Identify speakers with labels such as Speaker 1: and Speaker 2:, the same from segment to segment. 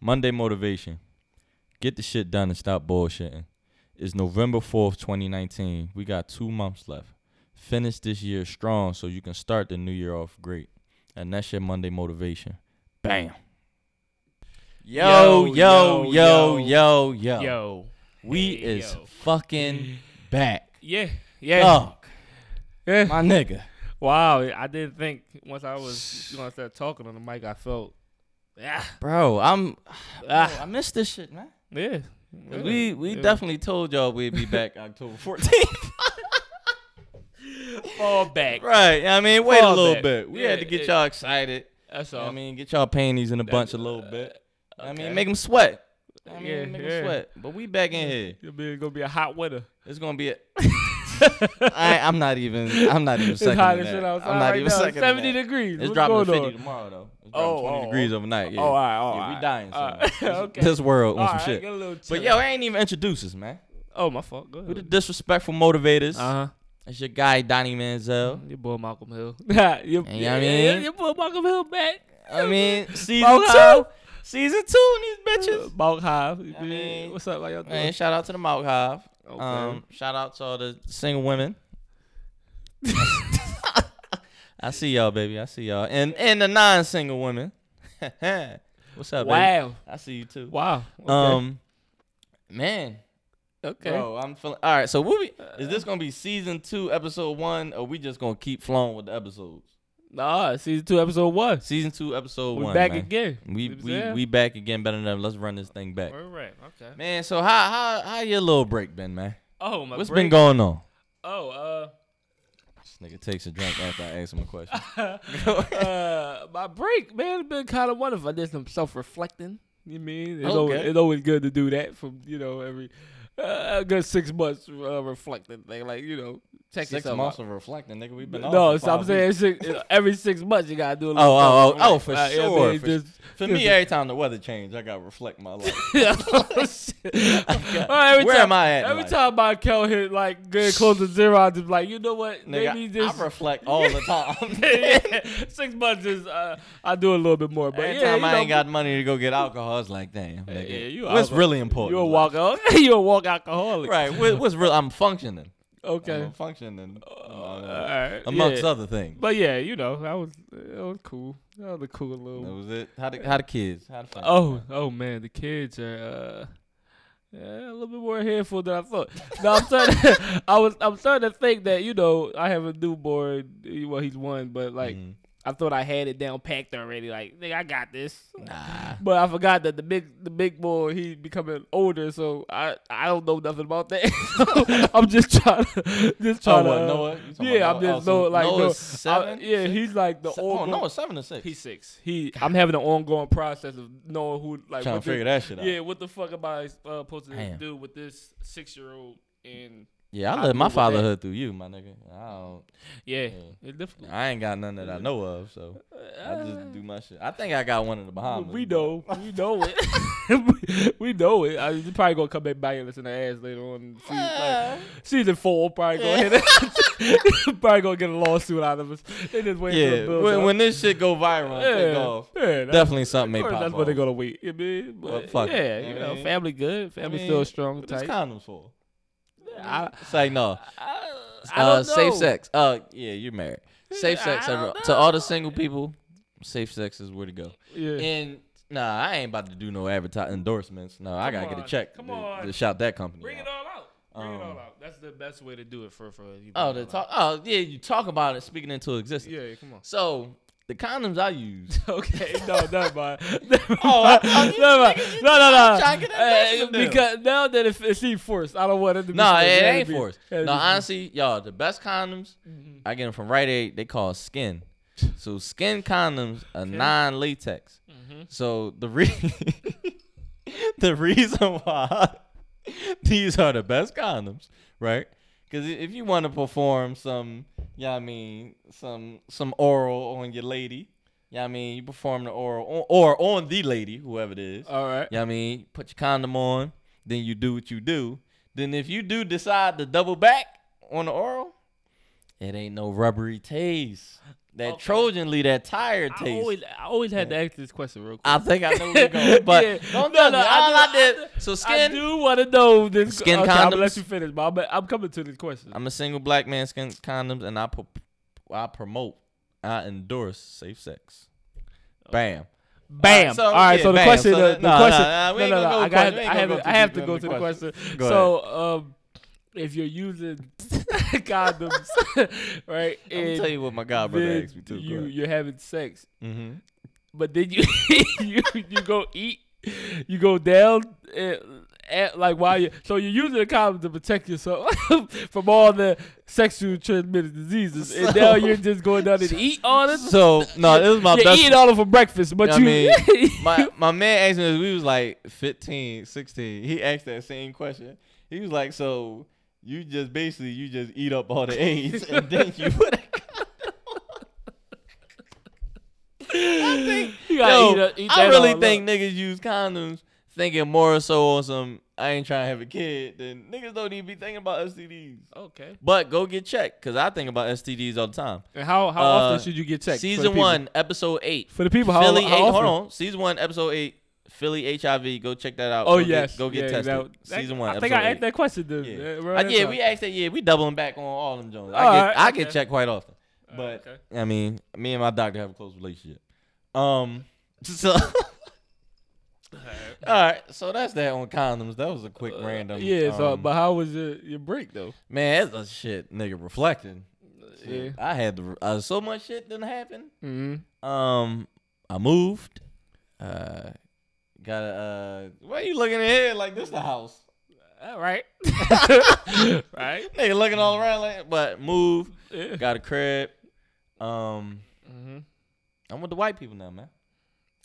Speaker 1: Monday motivation. Get the shit done and stop bullshitting. It's November 4th, 2019. We got two months left. Finish this year strong so you can start the new year off great. And that's your Monday motivation. Bam. Yo, yo, yo, yo, yo.
Speaker 2: Yo.
Speaker 1: We
Speaker 2: Hey,
Speaker 1: is
Speaker 2: yo.
Speaker 1: fucking back.
Speaker 2: Yeah. Yeah.
Speaker 1: Dog,
Speaker 2: Yeah.
Speaker 1: my nigga.
Speaker 2: Wow. I didn't think once I was gonna start talking on the mic, I felt. Yeah.
Speaker 1: Bro, I'm ah, I miss this shit, man.
Speaker 2: Yeah.
Speaker 1: We we
Speaker 2: Yeah.
Speaker 1: definitely told y'all we'd be back October 14th.
Speaker 2: fall back.
Speaker 1: right. I mean, wait a
Speaker 2: Fall
Speaker 1: little
Speaker 2: back.
Speaker 1: bit. We had to
Speaker 2: Yeah,
Speaker 1: get
Speaker 2: it-
Speaker 1: y'all excited.
Speaker 2: That's
Speaker 1: You know
Speaker 2: all.
Speaker 1: what I mean, get y'all panties in a bunch a little bit. I
Speaker 2: uh, okay.
Speaker 1: mean, make them sweat. I mean,
Speaker 2: Yeah,
Speaker 1: make
Speaker 2: yeah.
Speaker 1: them sweat. But we back in here.
Speaker 2: It'll be- it's gonna be a hot winter.
Speaker 1: It's gonna be. A, I, I'm not even. I'm not even
Speaker 2: It's
Speaker 1: second.
Speaker 2: hot
Speaker 1: that.
Speaker 2: as shit outside
Speaker 1: I'm not
Speaker 2: right
Speaker 1: even
Speaker 2: now.
Speaker 1: second. that.
Speaker 2: Seventy degrees.
Speaker 1: It's
Speaker 2: What's
Speaker 1: dropping
Speaker 2: going
Speaker 1: to 50
Speaker 2: on?
Speaker 1: tomorrow though. It's dropping
Speaker 2: Oh,
Speaker 1: 20
Speaker 2: oh,
Speaker 1: degrees overnight. Yeah.
Speaker 2: Oh, all right, all
Speaker 1: yeah,
Speaker 2: right.
Speaker 1: we dying.
Speaker 2: All
Speaker 1: So
Speaker 2: right, okay.
Speaker 1: This world
Speaker 2: All
Speaker 1: on
Speaker 2: right,
Speaker 1: some shit.
Speaker 2: get a little
Speaker 1: But
Speaker 2: chill
Speaker 1: yo,
Speaker 2: out.
Speaker 1: I ain't even introduce us, man.
Speaker 2: oh my fault. Go
Speaker 1: We're the
Speaker 2: ahead.
Speaker 1: disrespectful motivators.
Speaker 2: Uh huh.
Speaker 1: It's your guy Donnie Manziel.
Speaker 2: Your boy Malcolm Hill. your, you
Speaker 1: know what I mean?
Speaker 2: Your boy Malcolm Hill back.
Speaker 1: I mean, season
Speaker 2: Malcolm
Speaker 1: two, season two, and these bitches.
Speaker 2: Malk Hive. Uh, you
Speaker 1: I
Speaker 2: feel me?
Speaker 1: mean,
Speaker 2: What's up? How y'all doing?
Speaker 1: Man, shout out to the Mouth Hive.
Speaker 2: Okay.
Speaker 1: Um, shout out to all the single women. I see y'all, baby. I see y'all, and and the non-single women. What's up, baby?
Speaker 2: wow.
Speaker 1: I see you too.
Speaker 2: Wow. Okay.
Speaker 1: Um, man,
Speaker 2: okay.
Speaker 1: bro, I'm feeling. All right, so what we is this gonna be season two, episode one, or we just gonna keep flowing with the episodes?
Speaker 2: Nah, season two, episode one.
Speaker 1: Season two, episode
Speaker 2: We
Speaker 1: one.
Speaker 2: back
Speaker 1: man.
Speaker 2: again.
Speaker 1: We
Speaker 2: You know what I'm
Speaker 1: we
Speaker 2: saying?
Speaker 1: we back again, better than ever. Let's run this thing back,
Speaker 2: All right. Okay.
Speaker 1: man. So how how how your little break been, man?
Speaker 2: Oh my.
Speaker 1: What's
Speaker 2: break.
Speaker 1: been going on?
Speaker 2: Oh, uh,
Speaker 1: This nigga takes a drink after I ask him a question.
Speaker 2: uh, my break, man, it's been kind of wonderful. I did some self reflecting. You mean it's, always,
Speaker 1: Okay.
Speaker 2: it's always good to do that from you know every uh, a good six months uh, reflecting thing, like you know check
Speaker 1: Six
Speaker 2: yourself
Speaker 1: months
Speaker 2: out.
Speaker 1: of reflecting, nigga. We've been
Speaker 2: No,
Speaker 1: off for
Speaker 2: so I'm
Speaker 1: five
Speaker 2: saying
Speaker 1: weeks.
Speaker 2: six, every six months you gotta do a little.
Speaker 1: Oh, oh, oh, oh,
Speaker 2: self-reflect.
Speaker 1: for
Speaker 2: Uh, you know what
Speaker 1: sure.
Speaker 2: I mean?
Speaker 1: for,
Speaker 2: Just-
Speaker 1: for me, every time the weather change, I gotta reflect my life.
Speaker 2: Oh, Well, every
Speaker 1: Where
Speaker 2: time,
Speaker 1: am I at in
Speaker 2: Every
Speaker 1: life?
Speaker 2: time my count hit like good close to zero, I'm just like, you know what? Maybe
Speaker 1: nigga,
Speaker 2: this
Speaker 1: I reflect all the time.
Speaker 2: Yeah, six months is uh, I do a little bit more, but
Speaker 1: every
Speaker 2: yeah,
Speaker 1: time
Speaker 2: you
Speaker 1: I
Speaker 2: know,
Speaker 1: ain't got money to go get alcohol, it's like, damn, nigga.
Speaker 2: yeah, you
Speaker 1: what's
Speaker 2: alco-
Speaker 1: really important?
Speaker 2: You a
Speaker 1: in
Speaker 2: walk
Speaker 1: life?
Speaker 2: out, you a walk alcoholic,
Speaker 1: Right. What, what's real? I'm functioning.
Speaker 2: Okay,
Speaker 1: I'm functioning. uh,
Speaker 2: all right,
Speaker 1: amongst
Speaker 2: yeah.
Speaker 1: other things.
Speaker 2: But yeah, you know, that was that was cool. That was a cool little.
Speaker 1: that was it. How the, how the kids? How the family?
Speaker 2: Oh, oh man, the kids are uh, yeah, a little bit more handful than I thought. No, I'm starting. I was. I'm starting to think that you know I have a newborn. eh, Well, he's one, but like
Speaker 1: Mhm.
Speaker 2: I thought I had it down packed already. Like, nigga, I got this.
Speaker 1: Nah.
Speaker 2: But I forgot that the big the big boy he becoming older, so I I don't know nothing about that. I'm just trying to just
Speaker 1: Oh,
Speaker 2: trying
Speaker 1: what,
Speaker 2: to.
Speaker 1: Noah? You talking
Speaker 2: yeah,
Speaker 1: about
Speaker 2: I'm
Speaker 1: Noah?
Speaker 2: just
Speaker 1: Oh, so
Speaker 2: know like
Speaker 1: Noah's
Speaker 2: no, I-
Speaker 1: seven,
Speaker 2: yeah, he's like the
Speaker 1: Se-
Speaker 2: old.
Speaker 1: oh, no, it's seven to six.
Speaker 2: He's six. He I'm having an ongoing process of knowing who like
Speaker 1: trying
Speaker 2: what
Speaker 1: to figure
Speaker 2: this,
Speaker 1: that shit out.
Speaker 2: Yeah, what the fuck am I uh, supposed to
Speaker 1: Damn.
Speaker 2: do with this six year old and
Speaker 1: Yeah, I
Speaker 2: I
Speaker 1: live my
Speaker 2: deal with that.
Speaker 1: fatherhood through you, my nigga. I
Speaker 2: yeah,
Speaker 1: Yeah.
Speaker 2: it's difficult.
Speaker 1: don't, I ain't got none that I know of, so I just do my shit. I think I got one in the Bahamas.
Speaker 2: Uh, we
Speaker 1: but-
Speaker 2: know, we know it, we know it. I, you probably gonna come back by and listen to ass later on. See, like, season four, probably gonna hit it. probably gonna get a lawsuit out of us. They just waiting for
Speaker 1: Yeah,
Speaker 2: the build
Speaker 1: when,
Speaker 2: up.
Speaker 1: when this shit go viral, and take
Speaker 2: yeah,
Speaker 1: off.
Speaker 2: yeah, that's-
Speaker 1: Definitely something may
Speaker 2: Of course,
Speaker 1: pop
Speaker 2: that's what they're
Speaker 1: off.
Speaker 2: gonna wait. You mean, but
Speaker 1: Well, fuck it.
Speaker 2: yeah,
Speaker 1: I
Speaker 2: you know,
Speaker 1: mean-
Speaker 2: family good,
Speaker 1: I
Speaker 2: family
Speaker 1: mean,
Speaker 2: still strong,
Speaker 1: What is
Speaker 2: tight.
Speaker 1: condoms for?
Speaker 2: I,
Speaker 1: It's like no.
Speaker 2: I, I
Speaker 1: Uh,
Speaker 2: don't
Speaker 1: safe
Speaker 2: know.
Speaker 1: sex. Uh, yeah, you're married. Safe sex.
Speaker 2: I don't
Speaker 1: everyone. To all the single people, safe sex is where to go.
Speaker 2: Yeah.
Speaker 1: And nah, I ain't about to do no advertising endorsements. No, I
Speaker 2: Come
Speaker 1: gotta get a
Speaker 2: on,
Speaker 1: check.
Speaker 2: come
Speaker 1: to,
Speaker 2: on.
Speaker 1: to shout that company.
Speaker 2: Bring
Speaker 1: out.
Speaker 2: it all out. Bring it
Speaker 1: Um,
Speaker 2: all out. That's the best way to do it for for you.
Speaker 1: Oh,
Speaker 2: bring
Speaker 1: the
Speaker 2: it all
Speaker 1: talk. Oh, yeah, you talk about it, speaking into existence.
Speaker 2: out. Yeah, come on.
Speaker 1: So the condoms I use.
Speaker 2: Okay, no, never mind. Never
Speaker 1: Oh, I-
Speaker 2: mind.
Speaker 1: oh, you
Speaker 2: never mind.
Speaker 1: niggas, you
Speaker 2: No, no,
Speaker 1: trying-
Speaker 2: no.
Speaker 1: trying to get that
Speaker 2: Uh,
Speaker 1: bitch to do.
Speaker 2: because now that it, it seems forced, I don't want it to be.
Speaker 1: no,
Speaker 2: forced.
Speaker 1: it
Speaker 2: had to
Speaker 1: ain't
Speaker 2: be-
Speaker 1: forced.
Speaker 2: had to
Speaker 1: No,
Speaker 2: be- Mm-hmm.
Speaker 1: honestly, y'all, the best condoms I get them from Rite Aid. They call skin. So skin condoms are non-latex.
Speaker 2: Mm-hmm.
Speaker 1: So the re- the reason why these are the best condoms, right? Because if you want to perform some, yeah, I mean, some some oral on your lady, yeah, I mean, you perform the oral on, or on the lady, whoever it is.
Speaker 2: All right.
Speaker 1: Yeah, I mean, put your condom on, then you do what you do. Then if you do decide to double back on the oral, it ain't no rubbery taste. That
Speaker 2: Okay.
Speaker 1: Trojan Lee, that tire taste.
Speaker 2: I always, I always had to ask this question real quick.
Speaker 1: I think I know where you're going, but
Speaker 2: Yeah.
Speaker 1: don't
Speaker 2: No,
Speaker 1: tell
Speaker 2: no,
Speaker 1: me.
Speaker 2: I
Speaker 1: All
Speaker 2: do-
Speaker 1: I,
Speaker 2: I
Speaker 1: did. so
Speaker 2: I
Speaker 1: skin.
Speaker 2: do want to know this.
Speaker 1: Skin
Speaker 2: okay, I'm gonna
Speaker 1: condoms?
Speaker 2: let you finish, but I'm, I'm coming to this question.
Speaker 1: I'm a single black man. Skin condoms, and I pro- I promote, I endorse safe sex. Bam.
Speaker 2: Bam.
Speaker 1: so,
Speaker 2: All right.
Speaker 1: yeah,
Speaker 2: so the
Speaker 1: bam.
Speaker 2: question,
Speaker 1: So
Speaker 2: the,
Speaker 1: that-
Speaker 2: the
Speaker 1: no, no,
Speaker 2: question.
Speaker 1: no, we ain't gonna go
Speaker 2: I,
Speaker 1: with
Speaker 2: got,
Speaker 1: question. We ain't
Speaker 2: I have,
Speaker 1: gonna go
Speaker 2: I
Speaker 1: too
Speaker 2: have to
Speaker 1: deep
Speaker 2: go
Speaker 1: into
Speaker 2: to the
Speaker 1: question.
Speaker 2: question.
Speaker 1: Go
Speaker 2: so, um, if you're using condoms, right?
Speaker 1: I'm gonna
Speaker 2: and
Speaker 1: tell you what my god brother
Speaker 2: then
Speaker 1: asked me too.
Speaker 2: You you're having sex,
Speaker 1: mm-hmm.
Speaker 2: but then you you you go eat, you go down. eh, at, like while you so you're using a condom to protect yourself from all the sexual transmitted diseases, and
Speaker 1: So-
Speaker 2: now you're just going down and eat all this.
Speaker 1: So no, this is my
Speaker 2: you
Speaker 1: best.
Speaker 2: eat all of them for breakfast, but
Speaker 1: I
Speaker 2: you
Speaker 1: mean, my my man asked me. We was like 15, 16. He asked that same question. He was like, "So you just basically you just eat up all the AIDS and then you put." a I think,
Speaker 2: You
Speaker 1: yo,
Speaker 2: gotta eat a- eat
Speaker 1: I
Speaker 2: that
Speaker 1: really
Speaker 2: all up.
Speaker 1: think niggas use condoms thinking more so on some I ain't trying to have a kid. Then niggas don't even be thinking about STDs.
Speaker 2: okay.
Speaker 1: But go get checked because I think about STDs all the time.
Speaker 2: And how how
Speaker 1: Uh,
Speaker 2: often should you get checked? for the
Speaker 1: Season
Speaker 2: people?
Speaker 1: one, episode eight.
Speaker 2: for the people. How,
Speaker 1: Philly
Speaker 2: how
Speaker 1: eight.
Speaker 2: often?
Speaker 1: Hold on. Season one, episode eight. Philly HIV. Go check that out.
Speaker 2: Oh
Speaker 1: go
Speaker 2: yes,
Speaker 1: Get, go get
Speaker 2: yeah,
Speaker 1: tested.
Speaker 2: that- that-
Speaker 1: Season one.
Speaker 2: I think
Speaker 1: episode
Speaker 2: I
Speaker 1: eight.
Speaker 2: asked that question. Dude.
Speaker 1: Yeah,
Speaker 2: Uh, right
Speaker 1: I-
Speaker 2: at the
Speaker 1: yeah
Speaker 2: top.
Speaker 1: we asked that. Yeah, we doubling back on all them Jones. I
Speaker 2: All
Speaker 1: get
Speaker 2: right,
Speaker 1: I get
Speaker 2: okay.
Speaker 1: checked quite often,
Speaker 2: All
Speaker 1: but
Speaker 2: right, Uh, okay.
Speaker 1: I mean, me and my doctor have a close relationship. Um, so all right, so that's that on condoms. That was a quick random.
Speaker 2: Uh, Yeah. So,
Speaker 1: um,
Speaker 2: but how was your your break though?
Speaker 1: man, that's a shit, nigga. Reflecting.
Speaker 2: Yeah.
Speaker 1: Shit, I had to, uh, so much shit didn't happen.
Speaker 2: Mm-hmm.
Speaker 1: Um, I moved. Uh, got a. Uh, why you looking at here like this? The house,
Speaker 2: Uh, All right. right.
Speaker 1: nigga, looking all around. Like, but move.
Speaker 2: Yeah.
Speaker 1: Got a crib. Um,
Speaker 2: Mm-hmm.
Speaker 1: I'm with the white people now, man.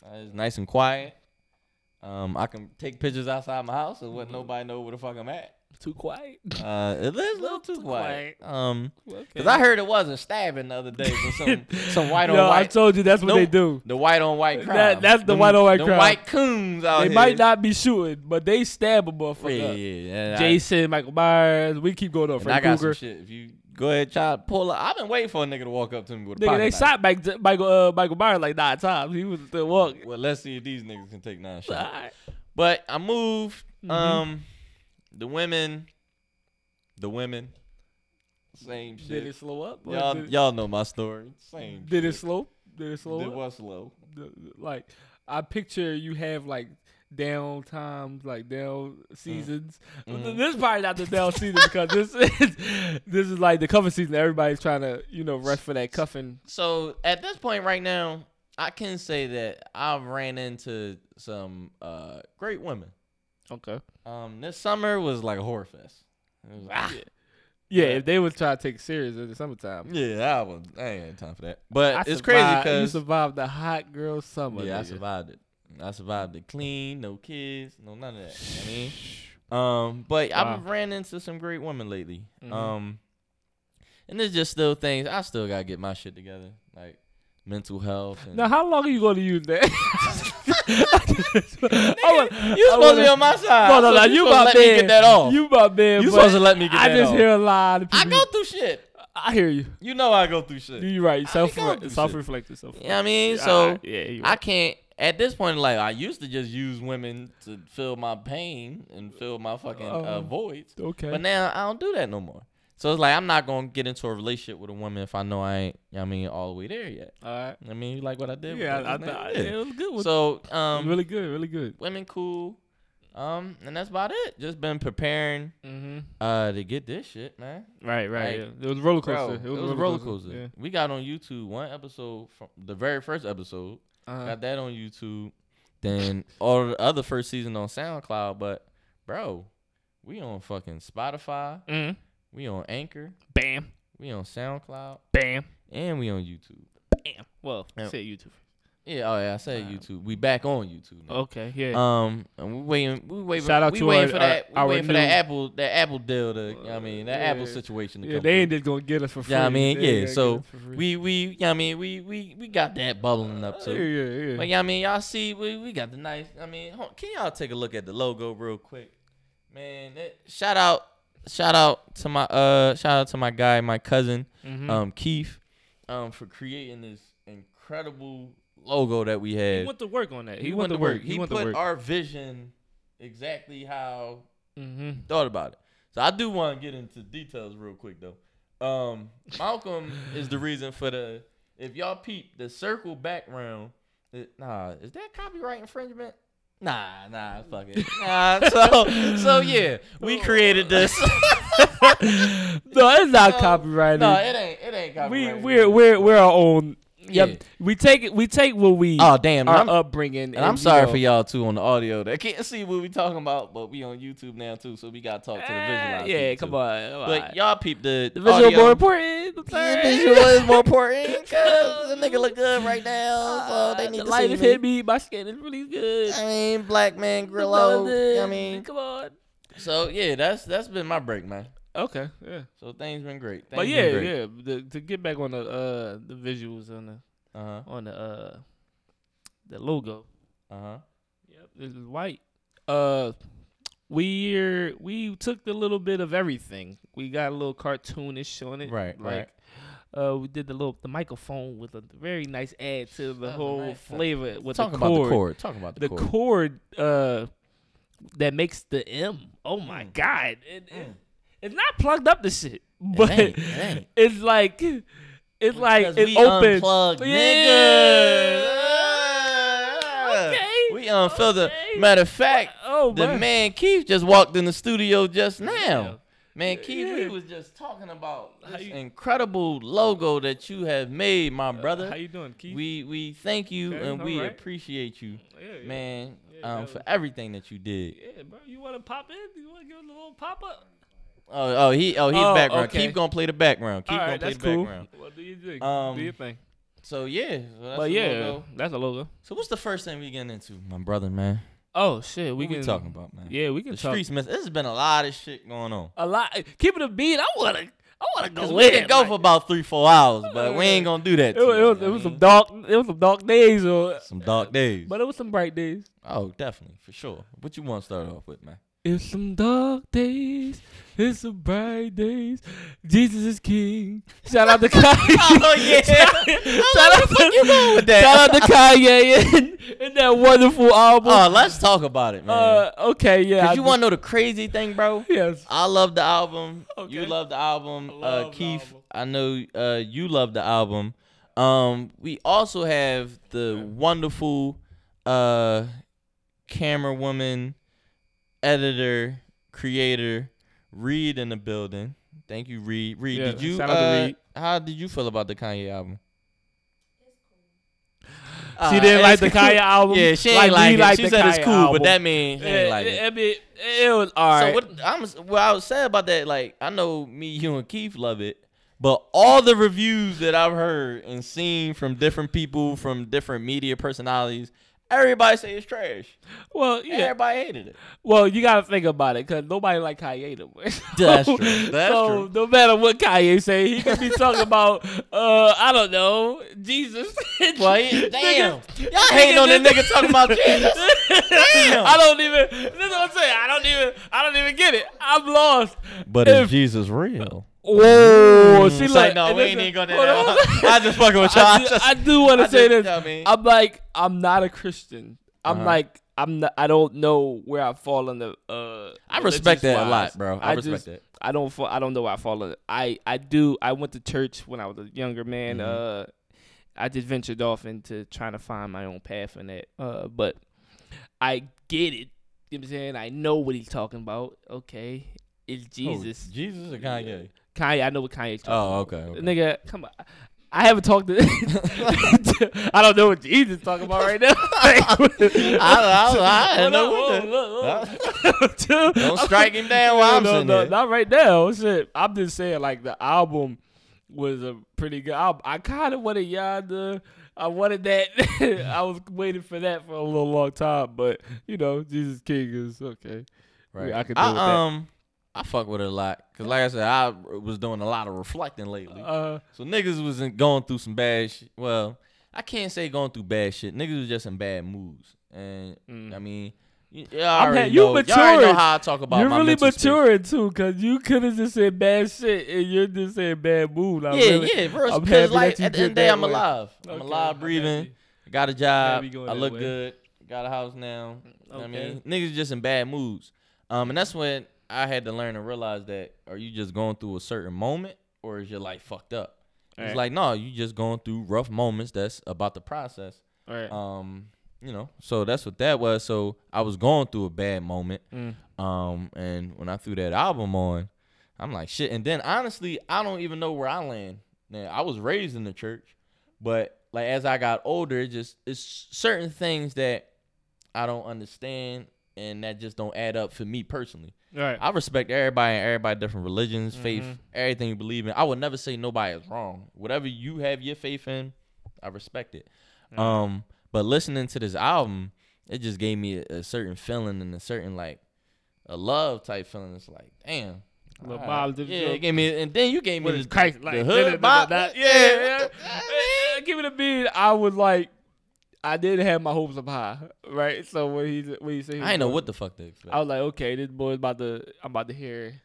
Speaker 1: Uh, It's nice and quiet. Um, I can take pictures outside my house and
Speaker 2: Mm-hmm.
Speaker 1: let nobody know where the fuck I'm at.
Speaker 2: Too quiet.
Speaker 1: Uh, it is a little too
Speaker 2: Too
Speaker 1: quiet. Um,
Speaker 2: Okay.
Speaker 1: cause I heard it was a stabbing the other day with some some white on
Speaker 2: Yo, I
Speaker 1: white.
Speaker 2: told you that's what they do.
Speaker 1: the white on white crime.
Speaker 2: That- that's the white on white
Speaker 1: The
Speaker 2: crime.
Speaker 1: white coons out
Speaker 2: They
Speaker 1: here.
Speaker 2: might not be shooting, but they stab a
Speaker 1: Yeah,
Speaker 2: motherfucker.
Speaker 1: yeah,
Speaker 2: up.
Speaker 1: yeah. And I-
Speaker 2: Jason, Michael Myers. We keep going on.
Speaker 1: And I
Speaker 2: Freddy
Speaker 1: got
Speaker 2: Krueger.
Speaker 1: some shit. If you go ahead, try to pull up. I've been waiting for a nigga to walk up to me with a
Speaker 2: Nigga,
Speaker 1: pocket
Speaker 2: they
Speaker 1: knife.
Speaker 2: shot Mike, Michael uh, Michael Myers like nine times. He was still walking.
Speaker 1: Well, let's see if these niggas can take nine
Speaker 2: All
Speaker 1: shots.
Speaker 2: right.
Speaker 1: But I moved.
Speaker 2: Mhm.
Speaker 1: Um, the women, the women, same
Speaker 2: Did it
Speaker 1: shit.
Speaker 2: slow up? or
Speaker 1: Y'all,
Speaker 2: did, it-
Speaker 1: y'all know my story. Same.
Speaker 2: did it
Speaker 1: shit.
Speaker 2: slow? Did it slow
Speaker 1: It
Speaker 2: up?
Speaker 1: was slow.
Speaker 2: The- Like I picture you have like down times, like down seasons. Th-
Speaker 1: Mhm.
Speaker 2: This is probably not the down season because this is this is like the cuffing season. Everybody's trying to you know rush for that cuffing.
Speaker 1: So at this point right now, I can say that I've ran into some uh great women.
Speaker 2: Okay.
Speaker 1: Um, this summer was like a horror fest. It was like, ah,
Speaker 2: Yeah,
Speaker 1: Yeah.
Speaker 2: if they would try to take it serious in the summertime.
Speaker 1: Yeah, I was. I ain't had time for that. But
Speaker 2: I
Speaker 1: it's crazy
Speaker 2: survived- you
Speaker 1: because
Speaker 2: survived the hot girl summer.
Speaker 1: yeah, I
Speaker 2: nigga.
Speaker 1: survived it. I survived it clean, no kids, no none of that. I mean, um, but I've
Speaker 2: Wow.
Speaker 1: ran into some great women lately.
Speaker 2: Mhm.
Speaker 1: Um, and there's just still things I still gotta get my shit together, like mental health. And,
Speaker 2: Now, how long are you going to use that?
Speaker 1: you supposed to be on my side.
Speaker 2: No, no, no.
Speaker 1: So
Speaker 2: You
Speaker 1: supposed to
Speaker 2: my
Speaker 1: let
Speaker 2: man.
Speaker 1: me get that off. You,
Speaker 2: You my man. but
Speaker 1: supposed to let me get
Speaker 2: I
Speaker 1: that
Speaker 2: just
Speaker 1: off.
Speaker 2: hear a lot of people.
Speaker 1: I go through shit.
Speaker 2: I hear you.
Speaker 1: You know I go through shit.
Speaker 2: You're right.
Speaker 1: go
Speaker 2: Self
Speaker 1: through shit.
Speaker 2: self reflective. Self.
Speaker 1: You know what I mean? So
Speaker 2: yeah, you
Speaker 1: I can't. At this point, like I used to just use women to fill my pain and fill my fucking uh,
Speaker 2: Oh.
Speaker 1: voids,
Speaker 2: okay.
Speaker 1: but now I don't do that no more. So it's like I'm not gonna get into a relationship with a woman if I know I ain't. you know what I mean, all the way there yet.
Speaker 2: All right.
Speaker 1: I mean, you like what I did. with
Speaker 2: Yeah,
Speaker 1: that,
Speaker 2: I, I,
Speaker 1: this nigga?
Speaker 2: thought
Speaker 1: Yeah.
Speaker 2: it was good. So,
Speaker 1: So um,
Speaker 2: really good. Really good.
Speaker 1: women cool, um, and that's about it. Just been preparing
Speaker 2: Mm-hmm.
Speaker 1: uh to get this shit, man.
Speaker 2: Right. Right.
Speaker 1: Like,
Speaker 2: yeah. It was a roller
Speaker 1: Bro,
Speaker 2: coaster.
Speaker 1: it was a roller coaster. We got on YouTube one episode from the very first episode.
Speaker 2: Yeah. Uh,
Speaker 1: Got that on YouTube. Then all the other first season on SoundCloud, but bro, we on fucking Spotify,
Speaker 2: mm.
Speaker 1: we on Anchor,
Speaker 2: Bam.
Speaker 1: we on SoundCloud,
Speaker 2: Bam.
Speaker 1: and we on YouTube.
Speaker 2: Bam. Well,
Speaker 1: Yeah.
Speaker 2: say YouTube.
Speaker 1: Yeah, oh yeah, I said
Speaker 2: Wow.
Speaker 1: YouTube. We back on YouTube now.
Speaker 2: Okay. Yeah.
Speaker 1: Um, and we waiting, we waiting,
Speaker 2: Shout out
Speaker 1: we
Speaker 2: to
Speaker 1: waiting
Speaker 2: our-
Speaker 1: for that, we
Speaker 2: our-
Speaker 1: waiting for
Speaker 2: our
Speaker 1: that
Speaker 2: new-
Speaker 1: Apple, that Apple deal to, you know what I mean, that
Speaker 2: Yeah.
Speaker 1: Apple situation to
Speaker 2: yeah.
Speaker 1: come
Speaker 2: They ain't
Speaker 1: through.
Speaker 2: just gonna get us for free.
Speaker 1: Yeah, I mean,
Speaker 2: They ain't
Speaker 1: yeah,
Speaker 2: gonna get
Speaker 1: so
Speaker 2: us for free.
Speaker 1: We, we, you know what I mean, we, we, we got that bubbling up
Speaker 2: Yeah,
Speaker 1: too.
Speaker 2: yeah, yeah.
Speaker 1: But yeah, I mean, y'all see, we, we got the nice. I mean, hold, can y'all take a look at the logo real quick? Man, that, shout out, shout out to my uh, shout out to my guy, my cousin,
Speaker 2: Mhm.
Speaker 1: um, Keith. um, for creating this incredible logo that we had.
Speaker 2: He went to work on that. He,
Speaker 1: We
Speaker 2: went, to work. He,
Speaker 1: He,
Speaker 2: went
Speaker 1: put
Speaker 2: to work.
Speaker 1: our vision exactly how
Speaker 2: mm-hmm.
Speaker 1: he thought about it. So I do want to get into details real quick though. Um, Malcolm is the reason for the. If y'all peep the circle background, it, nah, is that copyright infringement? Nah, nah, fuck it. Nah, so so yeah,
Speaker 2: Oh.
Speaker 1: we created this.
Speaker 2: no, it's not
Speaker 1: No,
Speaker 2: copyrighted.
Speaker 1: no, it ain't. It ain't copyright.
Speaker 2: we we're
Speaker 1: infringement.
Speaker 2: we're we're our own. Yep.
Speaker 1: Yeah.
Speaker 2: We take we take what we
Speaker 1: Oh damn!
Speaker 2: our
Speaker 1: I'm-
Speaker 2: upbringing.
Speaker 1: And I'm sorry for y'all too on the audio. They can't see what we talking about, but we on YouTube now too, so we gotta talk to the visual.
Speaker 2: Eh, yeah, come on. come on.
Speaker 1: But y'all peep the,
Speaker 2: the visual
Speaker 1: audio.
Speaker 2: more important. I'm sorry.
Speaker 1: The visual is more important because the nigga look good right now, so Uh, they need
Speaker 2: Ah, the
Speaker 1: to
Speaker 2: light
Speaker 1: see
Speaker 2: has
Speaker 1: me.
Speaker 2: hit me. My skin is really good.
Speaker 1: I mean, black man
Speaker 2: Love
Speaker 1: Grillo.
Speaker 2: it.
Speaker 1: I mean,
Speaker 2: come on.
Speaker 1: so yeah, that's that's been my break, man.
Speaker 2: Okay, yeah.
Speaker 1: So things been great. Things
Speaker 2: But yeah,
Speaker 1: been great.
Speaker 2: yeah. The, to get back on the uh the visuals on the
Speaker 1: yeah. Uh
Speaker 2: on the uh the logo.
Speaker 1: huh. Uh huh.
Speaker 2: Yep, this is white. Uh, we uh, we took a little bit of everything. We got a little cartoonish on it,
Speaker 1: Right,
Speaker 2: Like, Uh, we did the little the microphone with a very nice add to the
Speaker 1: That was a
Speaker 2: whole
Speaker 1: nice touch.
Speaker 2: flavor with
Speaker 1: Talk
Speaker 2: the
Speaker 1: about
Speaker 2: chord.
Speaker 1: the chord. Talk about the,
Speaker 2: The
Speaker 1: chord.
Speaker 2: chord, uh, that makes the M. Oh my god! It, it-
Speaker 1: Mm.
Speaker 2: it's not plugged up to shit, but
Speaker 1: ain't, it ain't.
Speaker 2: it's like it's like
Speaker 1: Because we
Speaker 2: it's open.
Speaker 1: Unplugged,
Speaker 2: Yeah.
Speaker 1: nigga.
Speaker 2: Okay,
Speaker 1: We unfiltered.
Speaker 2: okay.
Speaker 1: Matter of fact,
Speaker 2: Oh
Speaker 1: the
Speaker 2: my.
Speaker 1: man Keith just walked in the studio just now.
Speaker 2: Yeah.
Speaker 1: Man, Keith,
Speaker 2: Yeah.
Speaker 1: we was just talking about
Speaker 2: How
Speaker 1: this
Speaker 2: you- Uh,
Speaker 1: incredible logo that you have made, my brother.
Speaker 2: How you doing, Keith?
Speaker 1: we we thank you
Speaker 2: Okay,
Speaker 1: and we
Speaker 2: alright.
Speaker 1: appreciate you,
Speaker 2: Yeah, yeah.
Speaker 1: man,
Speaker 2: Yeah,
Speaker 1: um,
Speaker 2: that
Speaker 1: for
Speaker 2: was-
Speaker 1: everything that you did.
Speaker 2: Yeah, bro. You want to pop in? You want to give it a little pop up?
Speaker 1: Oh, oh, he, oh, he's
Speaker 2: Oh,
Speaker 1: background.
Speaker 2: okay.
Speaker 1: Keith gonna play the background. Keith
Speaker 2: All right,
Speaker 1: gonna play
Speaker 2: that's
Speaker 1: the
Speaker 2: cool.
Speaker 1: background.
Speaker 2: What do you think?
Speaker 1: Um,
Speaker 2: do your thing.
Speaker 1: So yeah, so that's
Speaker 2: But
Speaker 1: the
Speaker 2: yeah,
Speaker 1: logo.
Speaker 2: that's a logo.
Speaker 1: So what's the first thing we getting into, my brother, man?
Speaker 2: Oh shit, we
Speaker 1: We,
Speaker 2: can
Speaker 1: we talking about, man.
Speaker 2: Yeah, we can
Speaker 1: The
Speaker 2: talk
Speaker 1: streets, miss. This has been a lot of shit going on.
Speaker 2: a lot. Keep it a beat. I wanna, I wanna go
Speaker 1: Cause
Speaker 2: in.
Speaker 1: we could go
Speaker 2: like-
Speaker 1: for about three, four hours, but we
Speaker 2: Yeah.
Speaker 1: ain't gonna do that.
Speaker 2: It was,
Speaker 1: to
Speaker 2: it
Speaker 1: you,
Speaker 2: was,
Speaker 1: you
Speaker 2: it
Speaker 1: know
Speaker 2: was
Speaker 1: what I
Speaker 2: some
Speaker 1: mean?
Speaker 2: dark. It was some dark days, or
Speaker 1: some dark days.
Speaker 2: but it was some bright days.
Speaker 1: oh, definitely for sure. What you want to start off with, man?
Speaker 2: It's some dark days. It's some bright days. Jesus is king. Shout out to Kanye.
Speaker 1: Oh, yeah.
Speaker 2: Shout, shout out to
Speaker 1: you going with that?
Speaker 2: Shout out to Kanye and, and that wonderful album.
Speaker 1: Oh, let's talk about it, man.
Speaker 2: Uh, okay, yeah. I
Speaker 1: Cause you want to know the crazy thing, bro?
Speaker 2: just- Yes.
Speaker 1: I love the album. You
Speaker 2: Okay.
Speaker 1: love the album.
Speaker 2: I love
Speaker 1: uh,
Speaker 2: the
Speaker 1: Keith,
Speaker 2: album.
Speaker 1: I know uh, you love the album. Um, we also have the wonderful uh, camera woman, editor, creator, Reed in the building. Thank you, Reed. Reed,
Speaker 2: Yeah,
Speaker 1: did you?
Speaker 2: shout out to
Speaker 1: uh,
Speaker 2: Reed.
Speaker 1: How did you feel about the Kanye album?
Speaker 2: She
Speaker 1: Uh,
Speaker 2: didn't like the
Speaker 1: it's
Speaker 2: Kanye
Speaker 1: cool.
Speaker 2: album.
Speaker 1: Yeah, she ain't
Speaker 2: like,
Speaker 1: like,
Speaker 2: we
Speaker 1: it.
Speaker 2: like
Speaker 1: she
Speaker 2: the
Speaker 1: said it's
Speaker 2: Kanye
Speaker 1: cool,
Speaker 2: album.
Speaker 1: but that mean she ain't
Speaker 2: Yeah,
Speaker 1: like it.
Speaker 2: I mean, it was all
Speaker 1: So
Speaker 2: right.
Speaker 1: what I'm what I was saying about that, like I know me, you, and Keith love it, but all the reviews that I've heard and seen from different people, from different media personalities, everybody say it's trash.
Speaker 2: well, yeah.
Speaker 1: Everybody hated it.
Speaker 2: Well, you gotta think about it, cause nobody like Kanye no more.
Speaker 1: That's true. That's
Speaker 2: so
Speaker 1: true.
Speaker 2: no matter what Kanye say, he could be talking about, uh, I don't know, Jesus.
Speaker 1: Well, yeah, damn,
Speaker 2: Nigga-
Speaker 1: y'all hating on the
Speaker 2: nigga
Speaker 1: nigga talking about Jesus. Damn.
Speaker 2: I don't even. This is what I'm saying. I don't even. I don't even get it. I'm lost.
Speaker 1: But
Speaker 2: is If- Oh,
Speaker 1: Jesus real?
Speaker 2: Whoa,
Speaker 1: It's like Mm, no, we ain't even going there. I just fucking with y'all.
Speaker 2: I do, I do want
Speaker 1: I
Speaker 2: to say
Speaker 1: just-
Speaker 2: this.
Speaker 1: I mean-
Speaker 2: I'm like, I'm not a Christian. I'm
Speaker 1: Uh-huh.
Speaker 2: like, I'm not. I don't know where I fall in the. Uh,
Speaker 1: I respect that a
Speaker 2: religious-wise.
Speaker 1: lot, bro. I respect
Speaker 2: just-
Speaker 1: that.
Speaker 2: I don't. Fall, I don't know where I fall in. I I do. I went to church when I was a younger man.
Speaker 1: Mm-hmm.
Speaker 2: Uh, I just ventured off into trying to find my own path in that. Uh, but I get it. You know what I'm saying? I know what he's talking about. Okay. It's Jesus.
Speaker 1: Oh, Jesus or Kanye?
Speaker 2: Kanye, I know what Kanye's talking
Speaker 1: Oh, okay. okay.
Speaker 2: Nigga, come on. I haven't talked to. I don't know what Jesus talking about right now.
Speaker 1: I, I, I
Speaker 2: Hold
Speaker 1: didn't know
Speaker 2: on,
Speaker 1: what the-
Speaker 2: hold on, hold on.
Speaker 1: Don't strike him down while I'm
Speaker 2: no,
Speaker 1: sitting
Speaker 2: no,
Speaker 1: there.
Speaker 2: Not right now. Shit. I'm just saying, like, the album was a pretty good album. I kind of wanted Yonder. I wanted that. I was waiting for that for a little long time, but, you know, Jesus King is okay.
Speaker 1: Right.
Speaker 2: I could deal
Speaker 1: I,
Speaker 2: with that.
Speaker 1: um, I fuck with it a lot because, like I said, I was doing a lot of reflecting lately.
Speaker 2: Uh,
Speaker 1: so niggas was in, going through some bad. Sh- well, I can't say going through bad shit. Niggas was just in bad moods, and
Speaker 2: Mm.
Speaker 1: I mean, You, you already
Speaker 2: you
Speaker 1: know. You already know
Speaker 2: matured.
Speaker 1: how I talk about
Speaker 2: You're
Speaker 1: my
Speaker 2: really
Speaker 1: mental space.
Speaker 2: maturing too, cause you could have just said bad shit and you're just saying bad mood. I'm
Speaker 1: yeah,
Speaker 2: really,
Speaker 1: yeah, bro.
Speaker 2: I'm
Speaker 1: Because
Speaker 2: happy
Speaker 1: like
Speaker 2: that you
Speaker 1: at the
Speaker 2: did
Speaker 1: end of the day,
Speaker 2: that
Speaker 1: I'm
Speaker 2: way.
Speaker 1: alive. I'm
Speaker 2: Okay,
Speaker 1: alive,
Speaker 2: I'm
Speaker 1: breathing.
Speaker 2: happy.
Speaker 1: Got a job.
Speaker 2: Happy going
Speaker 1: I
Speaker 2: that
Speaker 1: look
Speaker 2: way.
Speaker 1: good. Got a house now. You know what I
Speaker 2: Okay.
Speaker 1: mean, niggas just in bad moods. Um, and that's when I had to learn and realize that are you just going through a certain moment or is your life fucked up? It's
Speaker 2: Alright.
Speaker 1: like no, you just going through rough moments. That's about the process.
Speaker 2: All right.
Speaker 1: Um, you know, so that's what that was. So I was going through a bad moment.
Speaker 2: Mm.
Speaker 1: Um, and when I threw that album on, I'm like shit. And then honestly, I don't even know where I land. Now I was raised in the church, but like as I got older, it just it's certain things that I don't understand and that just don't add up for me personally.
Speaker 2: All right.
Speaker 1: I respect everybody and everybody different religions, faith,
Speaker 2: Mhm.
Speaker 1: everything you believe in. I would never say nobody is wrong. Whatever you have your faith in, I respect it.
Speaker 2: Mhm.
Speaker 1: Um, but listening to this album, it just gave me a, a certain feeling and a certain like a love type feeling. It's like, damn.
Speaker 2: Little
Speaker 1: alright.
Speaker 2: Miles Davis
Speaker 1: yeah,
Speaker 2: joke.
Speaker 1: it gave me, and then you gave me
Speaker 2: What
Speaker 1: the,
Speaker 2: is Christ
Speaker 1: the
Speaker 2: like?
Speaker 1: hood
Speaker 2: Da- da-
Speaker 1: bop.
Speaker 2: da- da-
Speaker 1: Yeah,
Speaker 2: Yeah, yeah.
Speaker 1: I
Speaker 2: Eh, Give it a beat. I was like, I did have my hopes up high, right? So when he when he said, he
Speaker 1: mean, I ain't know
Speaker 2: was-
Speaker 1: what the fuck to expect.
Speaker 2: I was like, okay, this boy's about to. I'm about to hear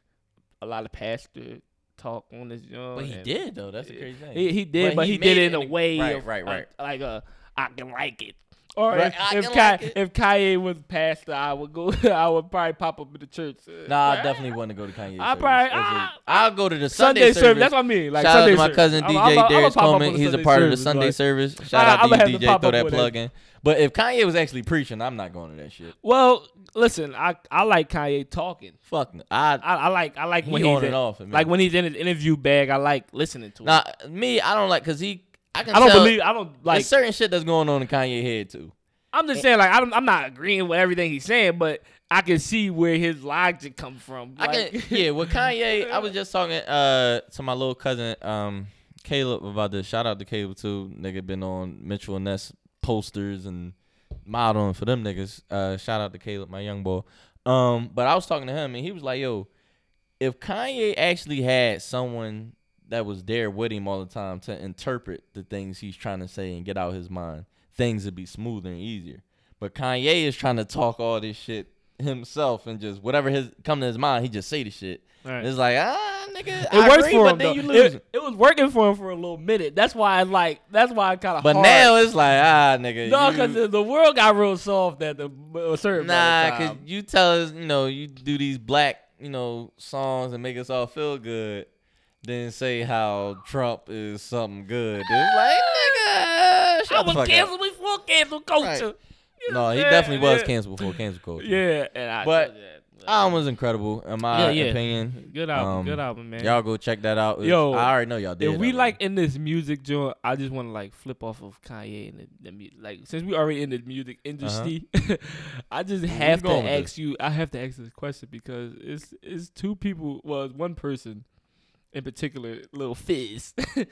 Speaker 2: a lot of pastor talk on this. Young
Speaker 1: but he
Speaker 2: and-
Speaker 1: did though. That's the crazy thing.
Speaker 2: He, he did, but, he,
Speaker 1: made
Speaker 2: did it in a
Speaker 1: the-
Speaker 2: way
Speaker 1: Right,
Speaker 2: of,
Speaker 1: right,
Speaker 2: of-
Speaker 1: right.
Speaker 2: like a I can like it. Or
Speaker 1: Right, I
Speaker 2: if if,
Speaker 1: can
Speaker 2: Ka-
Speaker 1: like it.
Speaker 2: if Kanye was pastor, I would go. I would probably pop up in the church. uh,
Speaker 1: Nah, I
Speaker 2: Right?
Speaker 1: definitely wouldn't go to Kanye.
Speaker 2: I
Speaker 1: service.
Speaker 2: probably-
Speaker 1: That's
Speaker 2: I-
Speaker 1: it. I'll go to the
Speaker 2: Sunday, service. That's what I mean. Like
Speaker 1: shout
Speaker 2: Sunday
Speaker 1: out to my
Speaker 2: service.
Speaker 1: cousin
Speaker 2: I'm-
Speaker 1: DJ
Speaker 2: I'm- I'm gonna
Speaker 1: Darius
Speaker 2: pop up on
Speaker 1: Coleman.
Speaker 2: the
Speaker 1: He's
Speaker 2: Sunday
Speaker 1: a part of
Speaker 2: service,
Speaker 1: the Sunday
Speaker 2: like-
Speaker 1: service.
Speaker 2: I-
Speaker 1: Shout
Speaker 2: I'ma
Speaker 1: out
Speaker 2: have
Speaker 1: to you,
Speaker 2: to
Speaker 1: DJ.
Speaker 2: pop
Speaker 1: Throw
Speaker 2: up
Speaker 1: that
Speaker 2: with
Speaker 1: plug in. But if Kanye was actually preaching, I'm not going to that shit.
Speaker 2: Well, listen, I I like Kanye talking.
Speaker 1: Fuck no. I,
Speaker 2: I, I like I like
Speaker 1: He
Speaker 2: when
Speaker 1: on
Speaker 2: he's
Speaker 1: and
Speaker 2: in-
Speaker 1: off for me.
Speaker 2: Like when he's in his interview bag, I like listening to him.
Speaker 1: nah, me, I don't like because he. I can.
Speaker 2: I don't
Speaker 1: tell
Speaker 2: believe I don't like.
Speaker 1: there's certain shit that's going on in Kanye head too.
Speaker 2: I'm just saying like I'm I'm not agreeing with everything he's saying, but I can see where his logic come from.
Speaker 1: I
Speaker 2: Like,
Speaker 1: can. yeah, with Kanye, I was just talking uh to my little cousin um Caleb about this. Shout out to Caleb too. Nigga been on Mitchell and Ness posters and modeling for them niggas. Uh, shout out to Caleb, my young boy. Um, but I was talking to him and he was like, "Yo, if Kanye actually had someone that was there with him all the time to interpret the things he's trying to say and get out his mind, things would be smoother and easier. But Kanye is trying to talk all this shit himself and just whatever his come to his mind, he just say the shit.
Speaker 2: Right.
Speaker 1: It's like ah, nigga,
Speaker 2: it
Speaker 1: I
Speaker 2: works
Speaker 1: agree,
Speaker 2: for
Speaker 1: but
Speaker 2: him.
Speaker 1: then
Speaker 2: though.
Speaker 1: you lose.
Speaker 2: It, it was working for him for a little minute. That's why I like. That's why I kind of.
Speaker 1: but now it's like ah, nigga,
Speaker 2: no,
Speaker 1: you-
Speaker 2: because the, the world got real soft at the a certain
Speaker 1: Nah,
Speaker 2: point in
Speaker 1: cause
Speaker 2: time.
Speaker 1: you tell us, you know, you do these black, you know, songs and make us all feel good, then say how Trump is something good. It's like, nigga, shut
Speaker 2: I
Speaker 1: the
Speaker 2: was
Speaker 1: fuck up.
Speaker 2: canceled before cancel culture.
Speaker 1: Right.
Speaker 2: You know
Speaker 1: No,
Speaker 2: what
Speaker 1: he
Speaker 2: I'm
Speaker 1: definitely
Speaker 2: saying?
Speaker 1: was canceled before cancel culture.
Speaker 2: Yeah, and I.
Speaker 1: But-
Speaker 2: yeah.
Speaker 1: album was incredible in my
Speaker 2: Yeah, yeah.
Speaker 1: opinion.
Speaker 2: Good album,
Speaker 1: Um,
Speaker 2: good album, man.
Speaker 1: Y'all go check that out. It's-
Speaker 2: Yo,
Speaker 1: I already know y'all did.
Speaker 2: if we
Speaker 1: that
Speaker 2: like in this music joint, I just want to like flip off of Kanye and the, the mu- like since we already in the music industry, I just
Speaker 1: Uh-huh. you
Speaker 2: have
Speaker 1: going
Speaker 2: to
Speaker 1: with
Speaker 2: ask you. I have to ask this question because it's it's two people. Well, it's one person in particular, little Fizz, the,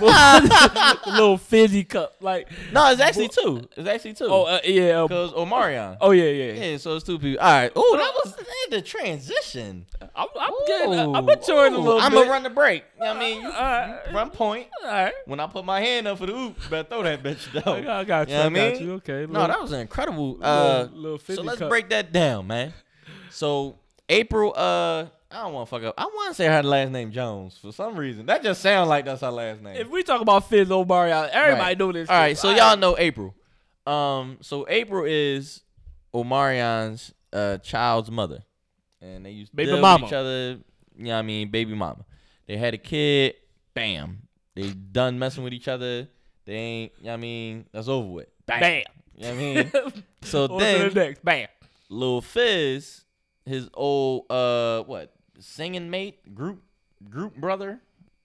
Speaker 2: boy, the little fizzy cup. Like
Speaker 1: one. no, it's actually two. It's actually two.
Speaker 2: oh
Speaker 1: Oh,
Speaker 2: uh, yeah, um,
Speaker 1: cause Omarion.
Speaker 2: oh yeah, yeah.
Speaker 1: Yeah, so it's two people. All right. Oh, that was eh, the transition.
Speaker 2: I'm, I'm getting
Speaker 1: Ooh,
Speaker 2: I'm maturing a
Speaker 1: ooh.
Speaker 2: little
Speaker 1: I'm
Speaker 2: bit.
Speaker 1: gonna run the break. You know what I mean, you,
Speaker 2: Uh,
Speaker 1: you run point.
Speaker 2: All right.
Speaker 1: When I put my hand up for the oop, better throw that bitch
Speaker 2: I
Speaker 1: down.
Speaker 2: got, I got you.
Speaker 1: You know
Speaker 2: I
Speaker 1: what I
Speaker 2: got
Speaker 1: mean?
Speaker 2: you. Okay.
Speaker 1: No, that was an incredible. Uh,
Speaker 2: little, little
Speaker 1: so
Speaker 2: fizzy
Speaker 1: let's
Speaker 2: cup.
Speaker 1: break that down, man. So April, uh, I don't want to fuck up. I want to say her last name Jones for some reason. That just sounds like that's her last name.
Speaker 2: If we talk about Fizz Omari, everybody
Speaker 1: Right.
Speaker 2: know this.
Speaker 1: All right, so y'all know April. Um, so April is Omarion's uh child's mother, and they used to
Speaker 2: Baby
Speaker 1: deal with
Speaker 2: mama.
Speaker 1: each other. You know what I mean, baby mama. They had a kid. Bam. They done messing with each other. They ain't. You know what I mean, that's over with. Bam.
Speaker 2: bam.
Speaker 1: You know what I mean. So
Speaker 2: On
Speaker 1: then,
Speaker 2: to the next, bam.
Speaker 1: Lil Fizz, his old uh what singing mate, group group brother,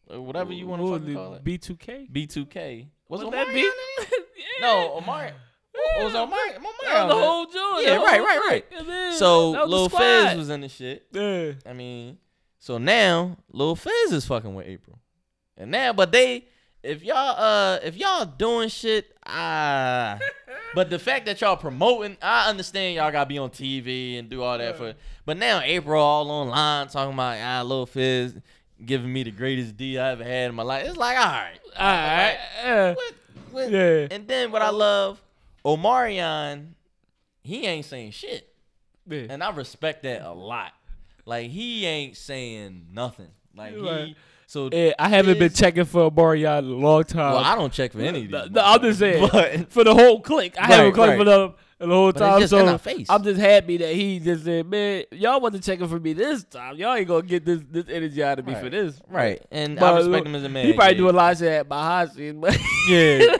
Speaker 1: or whatever you want
Speaker 2: What
Speaker 1: to
Speaker 2: was
Speaker 1: fucking
Speaker 2: it,
Speaker 1: call it.
Speaker 2: B2K.
Speaker 1: B2K. Was,
Speaker 2: Was
Speaker 1: it
Speaker 2: that
Speaker 1: Omari
Speaker 2: B?
Speaker 1: on there? No, Omari. What was Omari? Omari
Speaker 2: That
Speaker 1: on
Speaker 2: was the
Speaker 1: there.
Speaker 2: whole joint.
Speaker 1: Yeah,
Speaker 2: that
Speaker 1: right,
Speaker 2: whole
Speaker 1: right, right.
Speaker 2: joint. Yeah, man, that
Speaker 1: So
Speaker 2: was the
Speaker 1: Lil
Speaker 2: squad.
Speaker 1: Fizz was in the shit.
Speaker 2: Yeah.
Speaker 1: I mean, so now Lil Fizz is fucking with April, and now but they if y'all uh if y'all doing shit ah. But the fact that y'all promoting, I understand y'all gotta be on TV and do all that for. But now April all online talking about ah Lil Fizz giving me the greatest D I ever had in my life. It's like all right,
Speaker 2: All right. Yeah.
Speaker 1: what, what?
Speaker 2: Yeah.
Speaker 1: And then what I love, Omarion, he ain't saying shit.
Speaker 2: Yeah.
Speaker 1: and I respect that a lot. Like he ain't saying nothing. Like eh,
Speaker 2: You
Speaker 1: he,
Speaker 2: right.
Speaker 1: so
Speaker 2: Yeah, I haven't been
Speaker 1: this-
Speaker 2: checking for a bar y'all in a long time.
Speaker 1: Well, I don't check for any. of
Speaker 2: No,
Speaker 1: these
Speaker 2: no, I'm just saying
Speaker 1: motherfuckers, but-
Speaker 2: for the whole clique. I
Speaker 1: Right,
Speaker 2: haven't clicked
Speaker 1: right.
Speaker 2: for them the whole
Speaker 1: But it's
Speaker 2: time.
Speaker 1: just in
Speaker 2: so
Speaker 1: our face.
Speaker 2: I'm just happy that he just said, "Man, y'all wasn't checking for me this time. Y'all ain't gonna get this this energy out of me for
Speaker 1: Right,
Speaker 2: this."
Speaker 1: right, and
Speaker 2: But
Speaker 1: I respect
Speaker 2: look,
Speaker 1: him as a man.
Speaker 2: He probably
Speaker 1: yeah.
Speaker 2: do a lot of shit at my hot scene, but
Speaker 1: Yeah,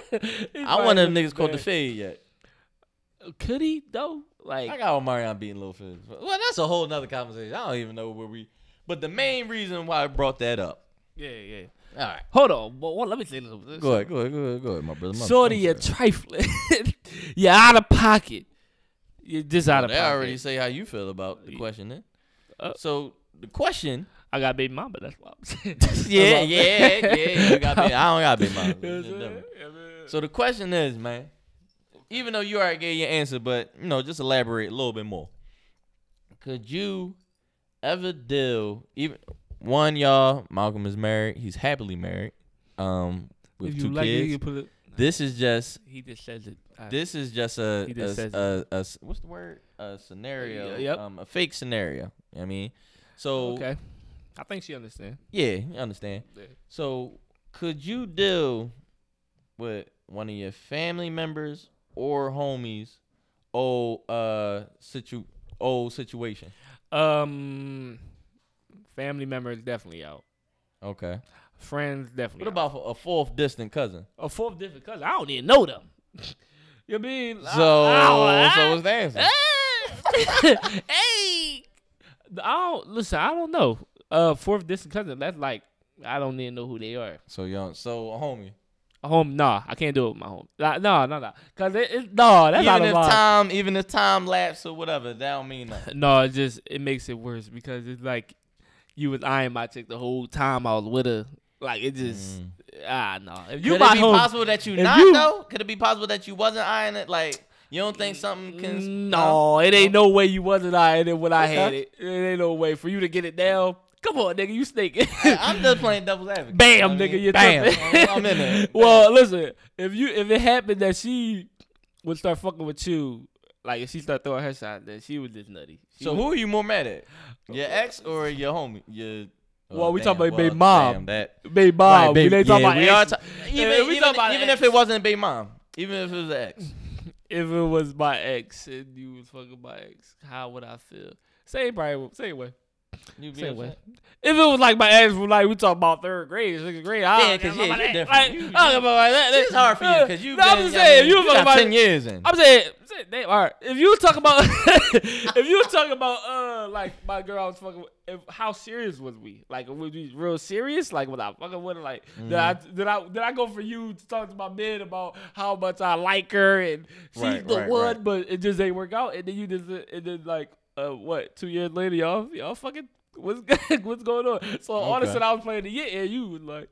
Speaker 2: He
Speaker 1: I want
Speaker 2: probably
Speaker 1: them niggas
Speaker 2: just
Speaker 1: called the
Speaker 2: bad.
Speaker 1: fade yet.
Speaker 2: Could he though? Like,
Speaker 1: I got Omarion beating Lil Fizz. Well, that's a whole nother conversation. I don't even know where we. But the main reason why I brought that up.
Speaker 2: yeah, yeah.
Speaker 1: All right,
Speaker 2: Hold on, but what, let me say this.
Speaker 1: go ahead, go ahead, go ahead, go ahead, my brother. my-
Speaker 2: Shorty,
Speaker 1: I'm
Speaker 2: you're
Speaker 1: sorry.
Speaker 2: trifling. you're out of pocket. You're just out of
Speaker 1: They
Speaker 2: pocket.
Speaker 1: already say how you feel about the question. Then,
Speaker 2: Uh,
Speaker 1: so the question.
Speaker 2: I got baby mama. That's why. I'm saying.
Speaker 1: Yeah,
Speaker 2: That's
Speaker 1: yeah,
Speaker 2: why I'm-
Speaker 1: yeah. You got big. I don't got big mouth.
Speaker 2: You know what
Speaker 1: It's
Speaker 2: I'm saying?
Speaker 1: different.
Speaker 2: Yeah, man.
Speaker 1: So the question is, man, even though you already gave your answer, but you know, just elaborate a little bit more. Could you ever deal even one y'all? Malcolm is married. He's happily married. Um, with
Speaker 2: if
Speaker 1: two
Speaker 2: you like it,
Speaker 1: kids.
Speaker 2: you can put it.
Speaker 1: this is just.
Speaker 2: He just says it. I-
Speaker 1: This is just a
Speaker 2: He
Speaker 1: a,
Speaker 2: just says
Speaker 1: a- a s- what's the word? A scenario.
Speaker 2: Yep.
Speaker 1: Um, a fake scenario. I mean, so
Speaker 2: okay. I think she understands.
Speaker 1: yeah, you understand.
Speaker 2: Yeah.
Speaker 1: So, could you deal with one of your family members or homies old uh situ old situation?
Speaker 2: Um, family members definitely out.
Speaker 1: Okay.
Speaker 2: Friends definitely.
Speaker 1: What about a fourth distant cousin?
Speaker 2: out. a fourth different cousin? I don't even know them. you mean I-
Speaker 1: So,
Speaker 2: I-
Speaker 1: so what's the answer?
Speaker 2: Eh? Ah! hey, I don't listen. I don't know. Uh, fourth distant cousin. That's like I don't even know who they are.
Speaker 1: So young, so a homie.
Speaker 2: A home? Nah, I can't do it with my home. Like, nah, nah, nah. Cause it, it nah, that's out
Speaker 1: even
Speaker 2: of
Speaker 1: if
Speaker 2: line.
Speaker 1: time, even if time lapse or whatever, that don't mean nothing.
Speaker 2: No, it just it makes it worse because it's like you was eyeing my chick the whole time I was with her. Like it just
Speaker 1: Mm.
Speaker 2: ah no. If you
Speaker 1: Could
Speaker 2: my
Speaker 1: it be
Speaker 2: home,
Speaker 1: possible that you
Speaker 2: If
Speaker 1: not
Speaker 2: you-
Speaker 1: though? Could it be possible that you wasn't eyeing it? Like you don't think something can?
Speaker 2: no, Mm, it ain't no way you wasn't eyeing it when I
Speaker 1: Okay.
Speaker 2: had it. It ain't no way for you to get it down. Come on, nigga, you snake.
Speaker 1: I'm just playing devil's advocate. you know
Speaker 2: Bam,
Speaker 1: what I mean?
Speaker 2: nigga, you
Speaker 1: bam. Oh,
Speaker 2: tripping.
Speaker 1: I'm in there.
Speaker 2: well, listen, if you if it happened that she would start fucking with you, like if she start throwing her shot, then she was just nutty. She
Speaker 1: So
Speaker 2: was-
Speaker 1: who are you more mad at? Your ex or your homie? Your oh,
Speaker 2: Well, we talking about
Speaker 1: well,
Speaker 2: Big Mom.
Speaker 1: damn, that.
Speaker 2: baby mom,
Speaker 1: Right, baby-
Speaker 2: we ain't talking
Speaker 1: yeah,
Speaker 2: about
Speaker 1: we
Speaker 2: exes.
Speaker 1: are ta- even,
Speaker 2: Yeah, we
Speaker 1: even,
Speaker 2: talking about
Speaker 1: even
Speaker 2: ex.
Speaker 1: if it wasn't Big Mom, even if it was an ex.
Speaker 2: if it was my ex and you was fucking my ex, how would I feel? Same probably same way.
Speaker 1: You'd be
Speaker 2: Same way.
Speaker 1: upset.
Speaker 2: If it was like my ex from like we talking about third grade, sixth grade, I
Speaker 1: Yeah,
Speaker 2: don't care
Speaker 1: 'cause,
Speaker 2: about
Speaker 1: yeah,
Speaker 2: my
Speaker 1: you're
Speaker 2: ex.
Speaker 1: different.
Speaker 2: Like,
Speaker 1: You-
Speaker 2: I don't care about my ex.
Speaker 1: It's hard for you because you've
Speaker 2: No,
Speaker 1: been.
Speaker 2: I'm just
Speaker 1: you
Speaker 2: saying, you
Speaker 1: got
Speaker 2: fucking about-
Speaker 1: ten years in.
Speaker 2: I'm saying, I'm saying they are. If you talk about, if you talk about, uh, like my girl, I was fucking. With, if, how serious was we? Like, was we real serious? Like, was I fucking with her? Like, did I
Speaker 1: Mm-hmm.
Speaker 2: did I did I go for you to talk to my man about how much I like her and she's
Speaker 1: Right,
Speaker 2: the
Speaker 1: right,
Speaker 2: one,
Speaker 1: right.
Speaker 2: but it just ain't work out. And then you just and then like, uh, what? Two years later, y'all y'all fucking what's what's going on? So all of a
Speaker 1: Okay.
Speaker 2: sudden, I was playing the yeah, and you was like.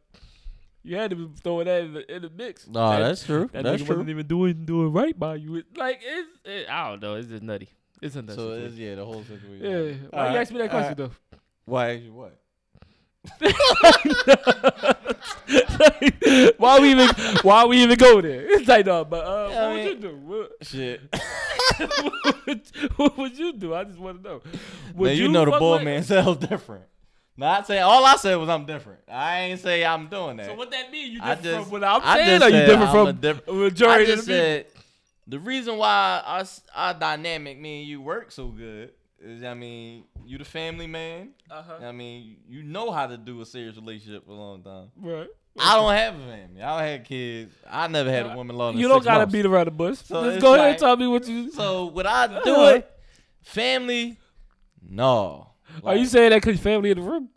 Speaker 2: You had to be throwing that in the, in the mix.
Speaker 1: No,
Speaker 2: And-
Speaker 1: that's true.
Speaker 2: that
Speaker 1: that's
Speaker 2: nigga
Speaker 1: true.
Speaker 2: wasn't even doing doing right by you. It, like it's it, I don't know. It's just nutty. It's a nutty.
Speaker 1: So it is yeah, the whole situation.
Speaker 2: yeah. Why
Speaker 1: Alright,
Speaker 2: you ask me that question
Speaker 1: Why? is you What?
Speaker 2: though? why we even why we even go there? It's like no, but uh,
Speaker 1: Yeah, I
Speaker 2: what
Speaker 1: mean-
Speaker 2: would you do? What,
Speaker 1: Shit.
Speaker 2: what, would- what would you do? I just want to know. Would
Speaker 1: Man, you, know the
Speaker 2: fuck
Speaker 1: boy
Speaker 2: my-
Speaker 1: man sounds different. Not saying all I said was I'm different. I ain't say I'm doing that.
Speaker 2: So what that mean? You
Speaker 1: I
Speaker 2: different
Speaker 1: just-
Speaker 2: from what I'm
Speaker 1: I
Speaker 2: saying?
Speaker 1: just
Speaker 2: Or you
Speaker 1: said I'm
Speaker 2: different
Speaker 1: a
Speaker 2: from
Speaker 1: diff-
Speaker 2: the majority
Speaker 1: I just
Speaker 2: of the people?
Speaker 1: said the reason why our s- our dynamic, me and you, work so good is, I mean, you the family man.
Speaker 2: uh-huh.
Speaker 1: I mean, you know how to do a serious relationship for a long time.
Speaker 2: Right.
Speaker 1: I don't have a family. I don't have kids. I never had a woman longer.
Speaker 2: You
Speaker 1: than
Speaker 2: don't
Speaker 1: six
Speaker 2: gotta
Speaker 1: months.
Speaker 2: beat around the bush.
Speaker 1: So
Speaker 2: just
Speaker 1: it's
Speaker 2: go ahead and
Speaker 1: like-
Speaker 2: tell me what you.
Speaker 1: So would I do
Speaker 2: Uh-huh.
Speaker 1: it? Family? No.
Speaker 2: Are you saying that because your family in the room?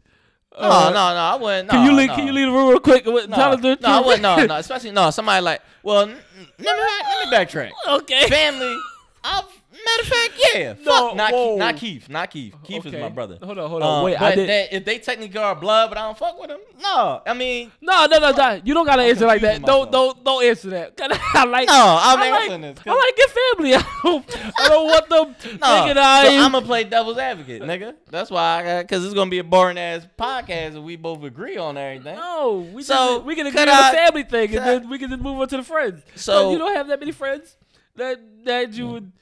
Speaker 1: No, no, no. I wouldn't.
Speaker 2: Can you
Speaker 1: no,
Speaker 2: leave,
Speaker 1: no.
Speaker 2: can you leave the room real quick? and
Speaker 1: No,
Speaker 2: Tell us the
Speaker 1: no, I
Speaker 2: truth.
Speaker 1: wouldn't. No, no. Especially no. Somebody like. Well, n- n- let me let me backtrack.
Speaker 2: okay.
Speaker 1: family. I've, matter of fact, yeah.
Speaker 2: No,
Speaker 1: Fuck, not,
Speaker 2: whoa.
Speaker 1: Keith, not Keith. Not Keith. Keith is
Speaker 2: Okay.
Speaker 1: my brother. Um,
Speaker 2: Hold on, hold on. Wait, I
Speaker 1: but
Speaker 2: did-
Speaker 1: that- if they technically are blood, but I don't fuck with them. No, I mean,
Speaker 2: No, no, no, no. You don't gotta answer like that.
Speaker 1: confusing
Speaker 2: Don't,
Speaker 1: myself.
Speaker 2: don't, don't answer that. 'Cause I like.
Speaker 1: no. I mean,
Speaker 2: I
Speaker 1: listen,
Speaker 2: like,
Speaker 1: this,
Speaker 2: I like your family. I don't, I don't want them
Speaker 1: no.
Speaker 2: thinking
Speaker 1: so
Speaker 2: I.
Speaker 1: I'm gonna play devil's advocate, nigga. That's why I got because it's gonna be a boring ass podcast if we both agree on everything.
Speaker 2: no, we
Speaker 1: So,
Speaker 2: just, we can agree
Speaker 1: could
Speaker 2: on the
Speaker 1: I-
Speaker 2: family thing,
Speaker 1: could
Speaker 2: and
Speaker 1: I-
Speaker 2: then we can just move on to the friends.
Speaker 1: So-
Speaker 2: you don't have that many friends that that you would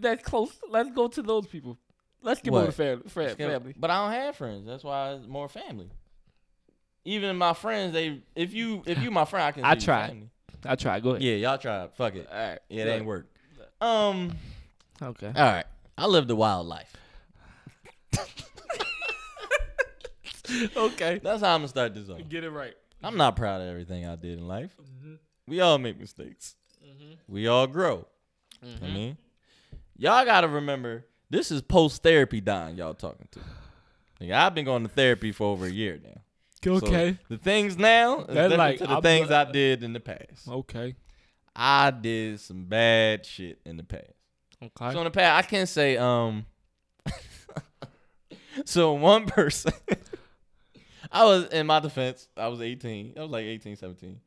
Speaker 2: that close. Let's go to those people. Let's get
Speaker 1: What?
Speaker 2: more to family. Fam-
Speaker 1: Skin-
Speaker 2: family.
Speaker 1: But I don't have friends. That's why it's more family. Even my friends, they if you if you my friend, I can.
Speaker 2: I
Speaker 1: you
Speaker 2: tried.
Speaker 1: family.
Speaker 2: I try. Go ahead.
Speaker 1: Yeah, y'all tried. Fuck it.
Speaker 2: All right.
Speaker 1: Yeah, it ain't work. Um.
Speaker 2: Okay.
Speaker 1: All right. I lived a wild life.
Speaker 2: okay.
Speaker 1: That's how I'm gonna start this off.
Speaker 2: Get it right.
Speaker 1: I'm not proud of everything I did in life. We all make mistakes. We all grow. I mean, y'all gotta remember this is post therapy Don y'all talking to. Like, I've been going to therapy for over a year now. So,
Speaker 2: Okay.
Speaker 1: the things now is
Speaker 2: That's
Speaker 1: different
Speaker 2: like,
Speaker 1: to the
Speaker 2: I'm
Speaker 1: things
Speaker 2: gl-
Speaker 1: I did in the past.
Speaker 2: okay.
Speaker 1: I did some bad shit in the past.
Speaker 2: Okay.
Speaker 1: So in the past, I can say um. so one person, I was in my defense. I was 18. I was like 18, 17.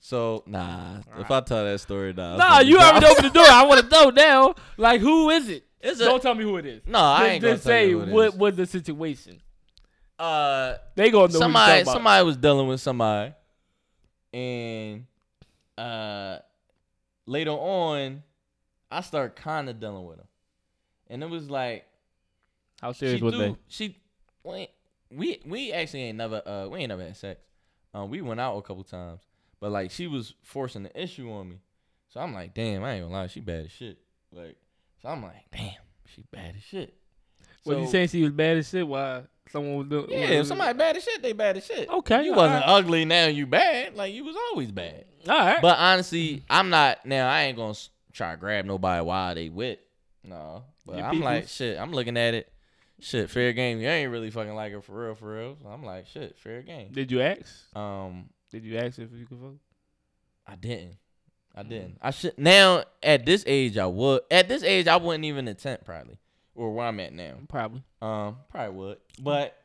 Speaker 1: So nah, if I tell that story, nah. it's
Speaker 2: nah,
Speaker 1: gonna be
Speaker 2: you already
Speaker 1: dry.
Speaker 2: opened the door. I want to know now. Like, who is it?
Speaker 1: It's a-
Speaker 2: Don't tell me who it is.
Speaker 1: No, I
Speaker 2: Just-
Speaker 1: ain't gonna
Speaker 2: just
Speaker 1: tell
Speaker 2: say
Speaker 1: you who it
Speaker 2: what
Speaker 1: is.
Speaker 2: was the situation.
Speaker 1: Uh,
Speaker 2: They gonna know.
Speaker 1: somebody,
Speaker 2: who you talking
Speaker 1: somebody was dealing with somebody, and uh, later on, I start kind of dealing with him, and it was like
Speaker 2: About. How
Speaker 1: she
Speaker 2: serious was
Speaker 1: threw-
Speaker 2: they?
Speaker 1: She we ain't- we we actually ain't never uh we ain't never had sex. Um, we went out a couple times, but like she was forcing the issue on me, so I'm like, damn, I ain't gonna lie, she bad as shit. Like, so I'm like, damn, she bad as shit.
Speaker 2: Was you
Speaker 1: So-
Speaker 2: saying she was bad as shit? Why someone was doing?
Speaker 1: Yeah, if somebody bad as shit, they bad as shit.
Speaker 2: Okay,
Speaker 1: you
Speaker 2: all
Speaker 1: wasn't
Speaker 2: right.
Speaker 1: ugly, now you bad. Like you was always bad.
Speaker 2: All right.
Speaker 1: But honestly, I'm not now. I ain't gonna s- try to grab nobody while they with. No, but
Speaker 2: Your
Speaker 1: I'm
Speaker 2: peoples.
Speaker 1: like shit. I'm looking at it. Shit, fair game. You ain't really fucking like her for real, for real. So I'm like shit, fair game.
Speaker 2: Did you ask?
Speaker 1: Um,
Speaker 2: Did you ask if you could vote?
Speaker 1: I didn't. I
Speaker 2: Mm.
Speaker 1: didn't. I should now at this age. I would at this age. I wouldn't even attempt probably or where I'm at now.
Speaker 2: Probably.
Speaker 1: Um, probably would, but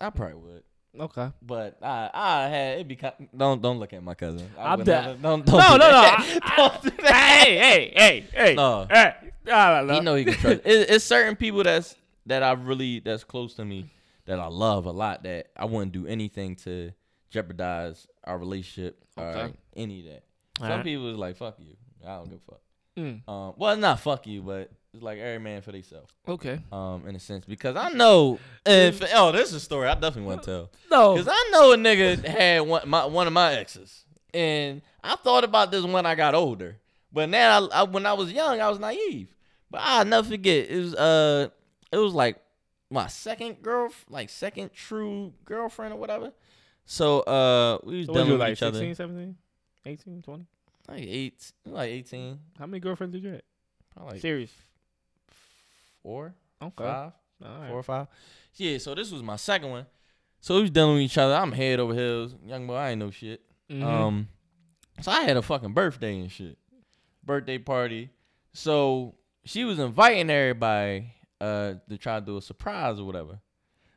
Speaker 1: I probably would.
Speaker 2: Okay.
Speaker 1: But I, I had it be ki- don't don't look at my cousin. I
Speaker 2: I'm
Speaker 1: would
Speaker 2: da-
Speaker 1: never- don't,
Speaker 2: No,
Speaker 1: don't do
Speaker 2: no, no.
Speaker 1: that.
Speaker 2: I-
Speaker 1: don't do
Speaker 2: I-
Speaker 1: that.
Speaker 2: hey, hey, hey, hey.
Speaker 1: No.
Speaker 2: Hey. I don't know.
Speaker 1: You know he can trust. It, it's certain people that's that I really that's close to me that I love a lot that I wouldn't do anything to jeopardize our relationship or
Speaker 2: Okay.
Speaker 1: any of that.
Speaker 2: All
Speaker 1: Some
Speaker 2: right.
Speaker 1: people is like fuck you. I don't give a fuck.
Speaker 2: Mm,
Speaker 1: Um, well, not fuck you, but it's like every man for themselves.
Speaker 2: okay.
Speaker 1: Um, in a sense, because I know if oh this is a story I definitely want to tell.
Speaker 2: No.
Speaker 1: Cause I know a nigga had one my one of my exes, and I thought about this when I got older. But now, I, I, when I was young, I was naive. But I'll never forget. It was uh, it was like my second girl, like second true girlfriend or whatever. So uh, we was
Speaker 2: So what
Speaker 1: dealing
Speaker 2: you
Speaker 1: with
Speaker 2: like
Speaker 1: each other.
Speaker 2: 16, 17, 18, 20?
Speaker 1: Like eight, like eighteen,
Speaker 2: How many girlfriends did you have?
Speaker 1: probably like
Speaker 2: Serious.
Speaker 1: four,
Speaker 2: Okay.
Speaker 1: five.
Speaker 2: All right.
Speaker 1: four or five. Yeah, so this was my second one. So we was dealing with each other. I'm head over heels, young boy. I ain't no shit.
Speaker 2: Mhm.
Speaker 1: Um, so I had a fucking birthday and shit, birthday party. So she was inviting everybody uh to try to do a surprise or whatever.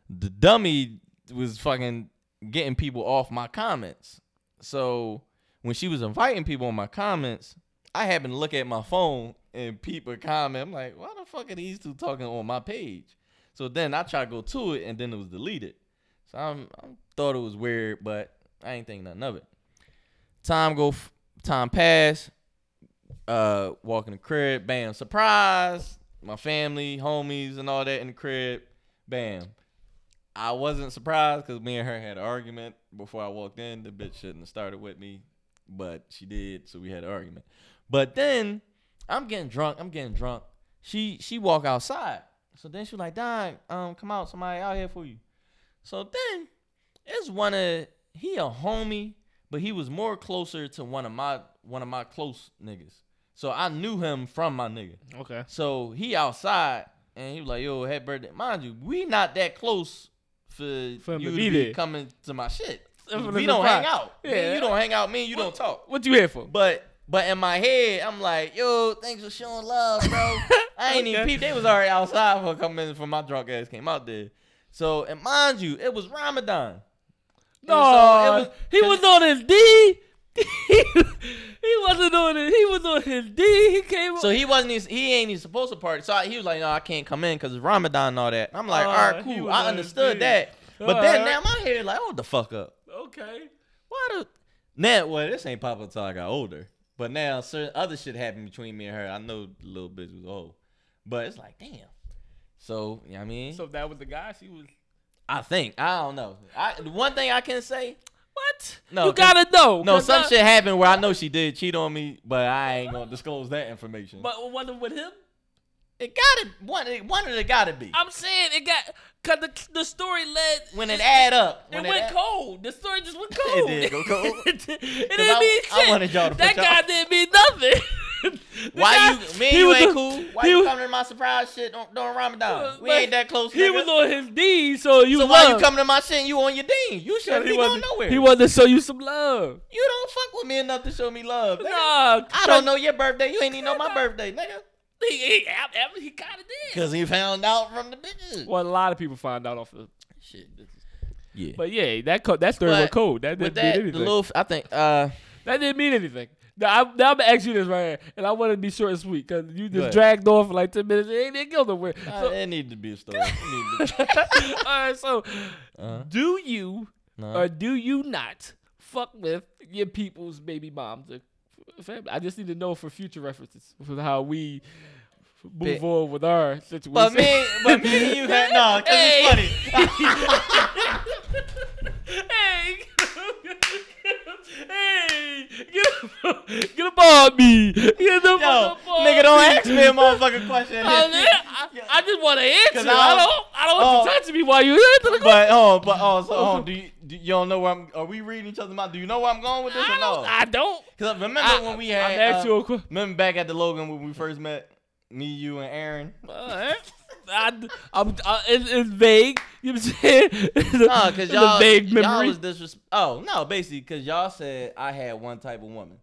Speaker 1: The dummy was fucking getting people off my comments. So when she was inviting people on my comments, I happened to look at my phone and people comment. I'm like, why the fuck are these two talking on my page? So then I try to go to it and then it was deleted. So I'm, I thought it was weird, but I ain't think nothing of it. Time go, f- time pass. Uh, walk in the crib, bam, surprise. My family, homies, and all that in the crib, bam. I wasn't surprised because me and her had an argument before I walked in. The bitch shouldn't have started with me, but she did, so we had an argument. But then I'm getting drunk. I'm getting drunk. She she walk outside. So then she was like, Don, um, come out. Somebody out here for you. So then it's one of he a homie, but he was more closer to one of my one of my close niggas. So I knew him from my nigga.
Speaker 2: Okay.
Speaker 1: So he outside and he was like, "Yo, happy birthday!" Mind you, we not that close for,
Speaker 2: For him
Speaker 1: you
Speaker 2: to
Speaker 1: to
Speaker 2: be
Speaker 1: be,
Speaker 2: there.
Speaker 1: coming to my shit.
Speaker 2: For the
Speaker 1: We don't hang
Speaker 2: surprise.
Speaker 1: out. Me and
Speaker 2: Yeah.
Speaker 1: you don't hang out. Me and you don't talk.
Speaker 2: What you here for?
Speaker 1: But but in my head, I'm like, "Yo, thanks for showing love, bro." I ain't even
Speaker 2: Okay.
Speaker 1: peep. They was already outside for a couple minutes before my drunk ass came out there. So and mind you, it was Ramadan.
Speaker 2: No,
Speaker 1: so it was-
Speaker 2: he was on his D. he wasn't on it. He was on his D. He came.
Speaker 1: So he wasn't. Even, he ain't even supposed to party. So I, he was like, "No, I can't come in because it's Ramadan and all that." And I'm like,
Speaker 2: Oh,
Speaker 1: "All right,
Speaker 2: he
Speaker 1: cool.
Speaker 2: was
Speaker 1: I
Speaker 2: on
Speaker 1: understood
Speaker 2: his
Speaker 1: that." But
Speaker 2: All
Speaker 1: then
Speaker 2: right.
Speaker 1: now my head like, "Hold the fuck up.
Speaker 2: okay.
Speaker 1: Why the?" Now, well, this ain't pop up till I got older. But now, certain other shit happened between me and her. I know the little bitch was old, but it's like, damn. So, you know what I mean?
Speaker 2: So if that was the guy she was.
Speaker 1: I think. I don't know. I, the one thing I can say,
Speaker 2: What?
Speaker 1: No,
Speaker 2: you
Speaker 1: 'cause-
Speaker 2: gotta know.
Speaker 1: no,
Speaker 2: 'cause
Speaker 1: some
Speaker 2: I-
Speaker 1: shit happened where I know she did cheat on me, but I ain't gonna disclose that information.
Speaker 2: But wonder with him,
Speaker 1: it gotta one it- one of it gotta be.
Speaker 2: I'm saying it got because the the story led
Speaker 1: when it add up.
Speaker 2: It
Speaker 1: When
Speaker 2: went
Speaker 1: add-
Speaker 2: cold. The story just went cold.
Speaker 1: did go cold.
Speaker 2: it didn't
Speaker 1: I-
Speaker 2: mean
Speaker 1: I
Speaker 2: shit.
Speaker 1: wanted y'all to
Speaker 2: that
Speaker 1: put
Speaker 2: guy
Speaker 1: y'all-
Speaker 2: didn't mean nothing. The
Speaker 1: Why
Speaker 2: guy-
Speaker 1: you me and
Speaker 2: he
Speaker 1: you
Speaker 2: was
Speaker 1: ain't
Speaker 2: a-
Speaker 1: cool? Why
Speaker 2: he
Speaker 1: you
Speaker 2: was-
Speaker 1: coming to my surprise shit on, during Ramadan? We
Speaker 2: Like,
Speaker 1: ain't that close.
Speaker 2: He
Speaker 1: nigga.
Speaker 2: was on his knees, so you
Speaker 1: So why
Speaker 2: love.
Speaker 1: you coming to my shit and you on your dean? You shouldn't
Speaker 2: He
Speaker 1: be going
Speaker 2: wasn't,
Speaker 1: nowhere.
Speaker 2: he wanted to show you some love.
Speaker 1: you don't fuck with me enough to show me love. Nigga.
Speaker 2: Nah,
Speaker 1: I don't know your birthday. You ain't even know my birthday, nigga.
Speaker 2: He, he, I- I- he kind of did.
Speaker 1: Cause he found out from the bitches.
Speaker 2: Well, a lot of people find out off of.
Speaker 1: Shit. This is, yeah.
Speaker 2: But yeah, that co- that story
Speaker 1: But
Speaker 2: was cold. That
Speaker 1: With
Speaker 2: didn't
Speaker 1: that,
Speaker 2: mean
Speaker 1: the
Speaker 2: anything.
Speaker 1: little, I think, uh,
Speaker 2: that didn't mean anything. Now I'm, now I'm gonna ask you this right here, and I want to be short and sweet because you
Speaker 1: Go ahead.
Speaker 2: just dragged on for like ten minutes. and It didn't go nowhere.
Speaker 1: uh,
Speaker 2: So,
Speaker 1: it needed to be a story. It needed to
Speaker 2: All right, so
Speaker 1: Uh-huh.
Speaker 2: do you
Speaker 1: No.
Speaker 2: or do you not fuck with your people's baby moms or f- family? I just need to know for future references for how we move
Speaker 1: Bit.
Speaker 2: on with our situation.
Speaker 1: But me, but me and you had no, cause
Speaker 2: Hey.
Speaker 1: it's funny.
Speaker 2: hey, hey, get up, get up on me. Get up
Speaker 1: Yo,
Speaker 2: on
Speaker 1: nigga, don't ask me a motherfucking question.
Speaker 2: Oh, man, I, I just want to answer. I,
Speaker 1: I was-
Speaker 2: don't. I don't want
Speaker 1: oh.
Speaker 2: you touching me while you answer the question.
Speaker 1: But oh, but oh, so oh, do you do you don't know where I'm? Are we reading each other mind? Do you know where I'm going with this
Speaker 2: I
Speaker 1: or no?
Speaker 2: don't. I don't.
Speaker 1: Because remember
Speaker 2: I-
Speaker 1: when we
Speaker 2: I'm
Speaker 1: had
Speaker 2: asked
Speaker 1: uh,
Speaker 2: you a que-
Speaker 1: remember back at the Logan when we first met, me, you, and Aaron.
Speaker 2: Alright. I, I'm, I, it's, it's vague. You know what I'm saying?
Speaker 1: No, because
Speaker 2: It's a
Speaker 1: y'all,
Speaker 2: vague
Speaker 1: y'all
Speaker 2: memory.
Speaker 1: was disrespect. Oh no, basically because y'all said I had one type of woman.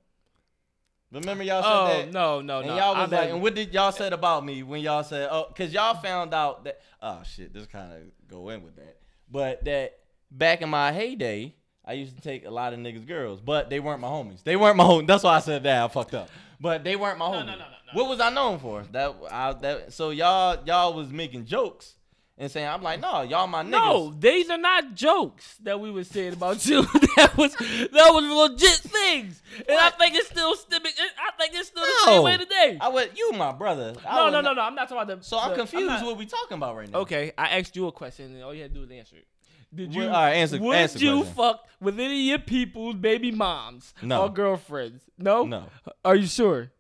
Speaker 1: Remember y'all
Speaker 2: oh
Speaker 1: said that.
Speaker 2: no, no,
Speaker 1: And
Speaker 2: no.
Speaker 1: y'all was
Speaker 2: I
Speaker 1: like,
Speaker 2: never-
Speaker 1: and what did y'all said about me when y'all said, oh, because y'all found out that, oh shit, this kind of go in with that, but that back in my heyday, I used to take a lot of niggas' girls, but they weren't my homies. They weren't my homies. That's why I said that. I fucked up. But they weren't my homies.
Speaker 2: no, no, no,
Speaker 1: What was I known for? That I that so y'all y'all was making jokes and saying I'm like, no, y'all my niggas.
Speaker 2: no, these are not jokes that we were saying about you. that was that was legit things, and I
Speaker 1: What?
Speaker 2: think it's still stemming. I think it's still the
Speaker 1: No.
Speaker 2: same way today.
Speaker 1: I was you my brother. I
Speaker 2: no,
Speaker 1: was
Speaker 2: no,
Speaker 1: not-
Speaker 2: no, no. I'm not talking about the.
Speaker 1: So I'm
Speaker 2: the-
Speaker 1: confused.
Speaker 2: not-
Speaker 1: what we talking about right now?
Speaker 2: okay, I asked you a question, and all you had to do was answer it. Did you?
Speaker 1: Well, all right, answer-
Speaker 2: would
Speaker 1: answer the
Speaker 2: you
Speaker 1: question.
Speaker 2: fuck with any of your people's baby moms
Speaker 1: No.
Speaker 2: or girlfriends? No.
Speaker 1: No,
Speaker 2: Are you sure?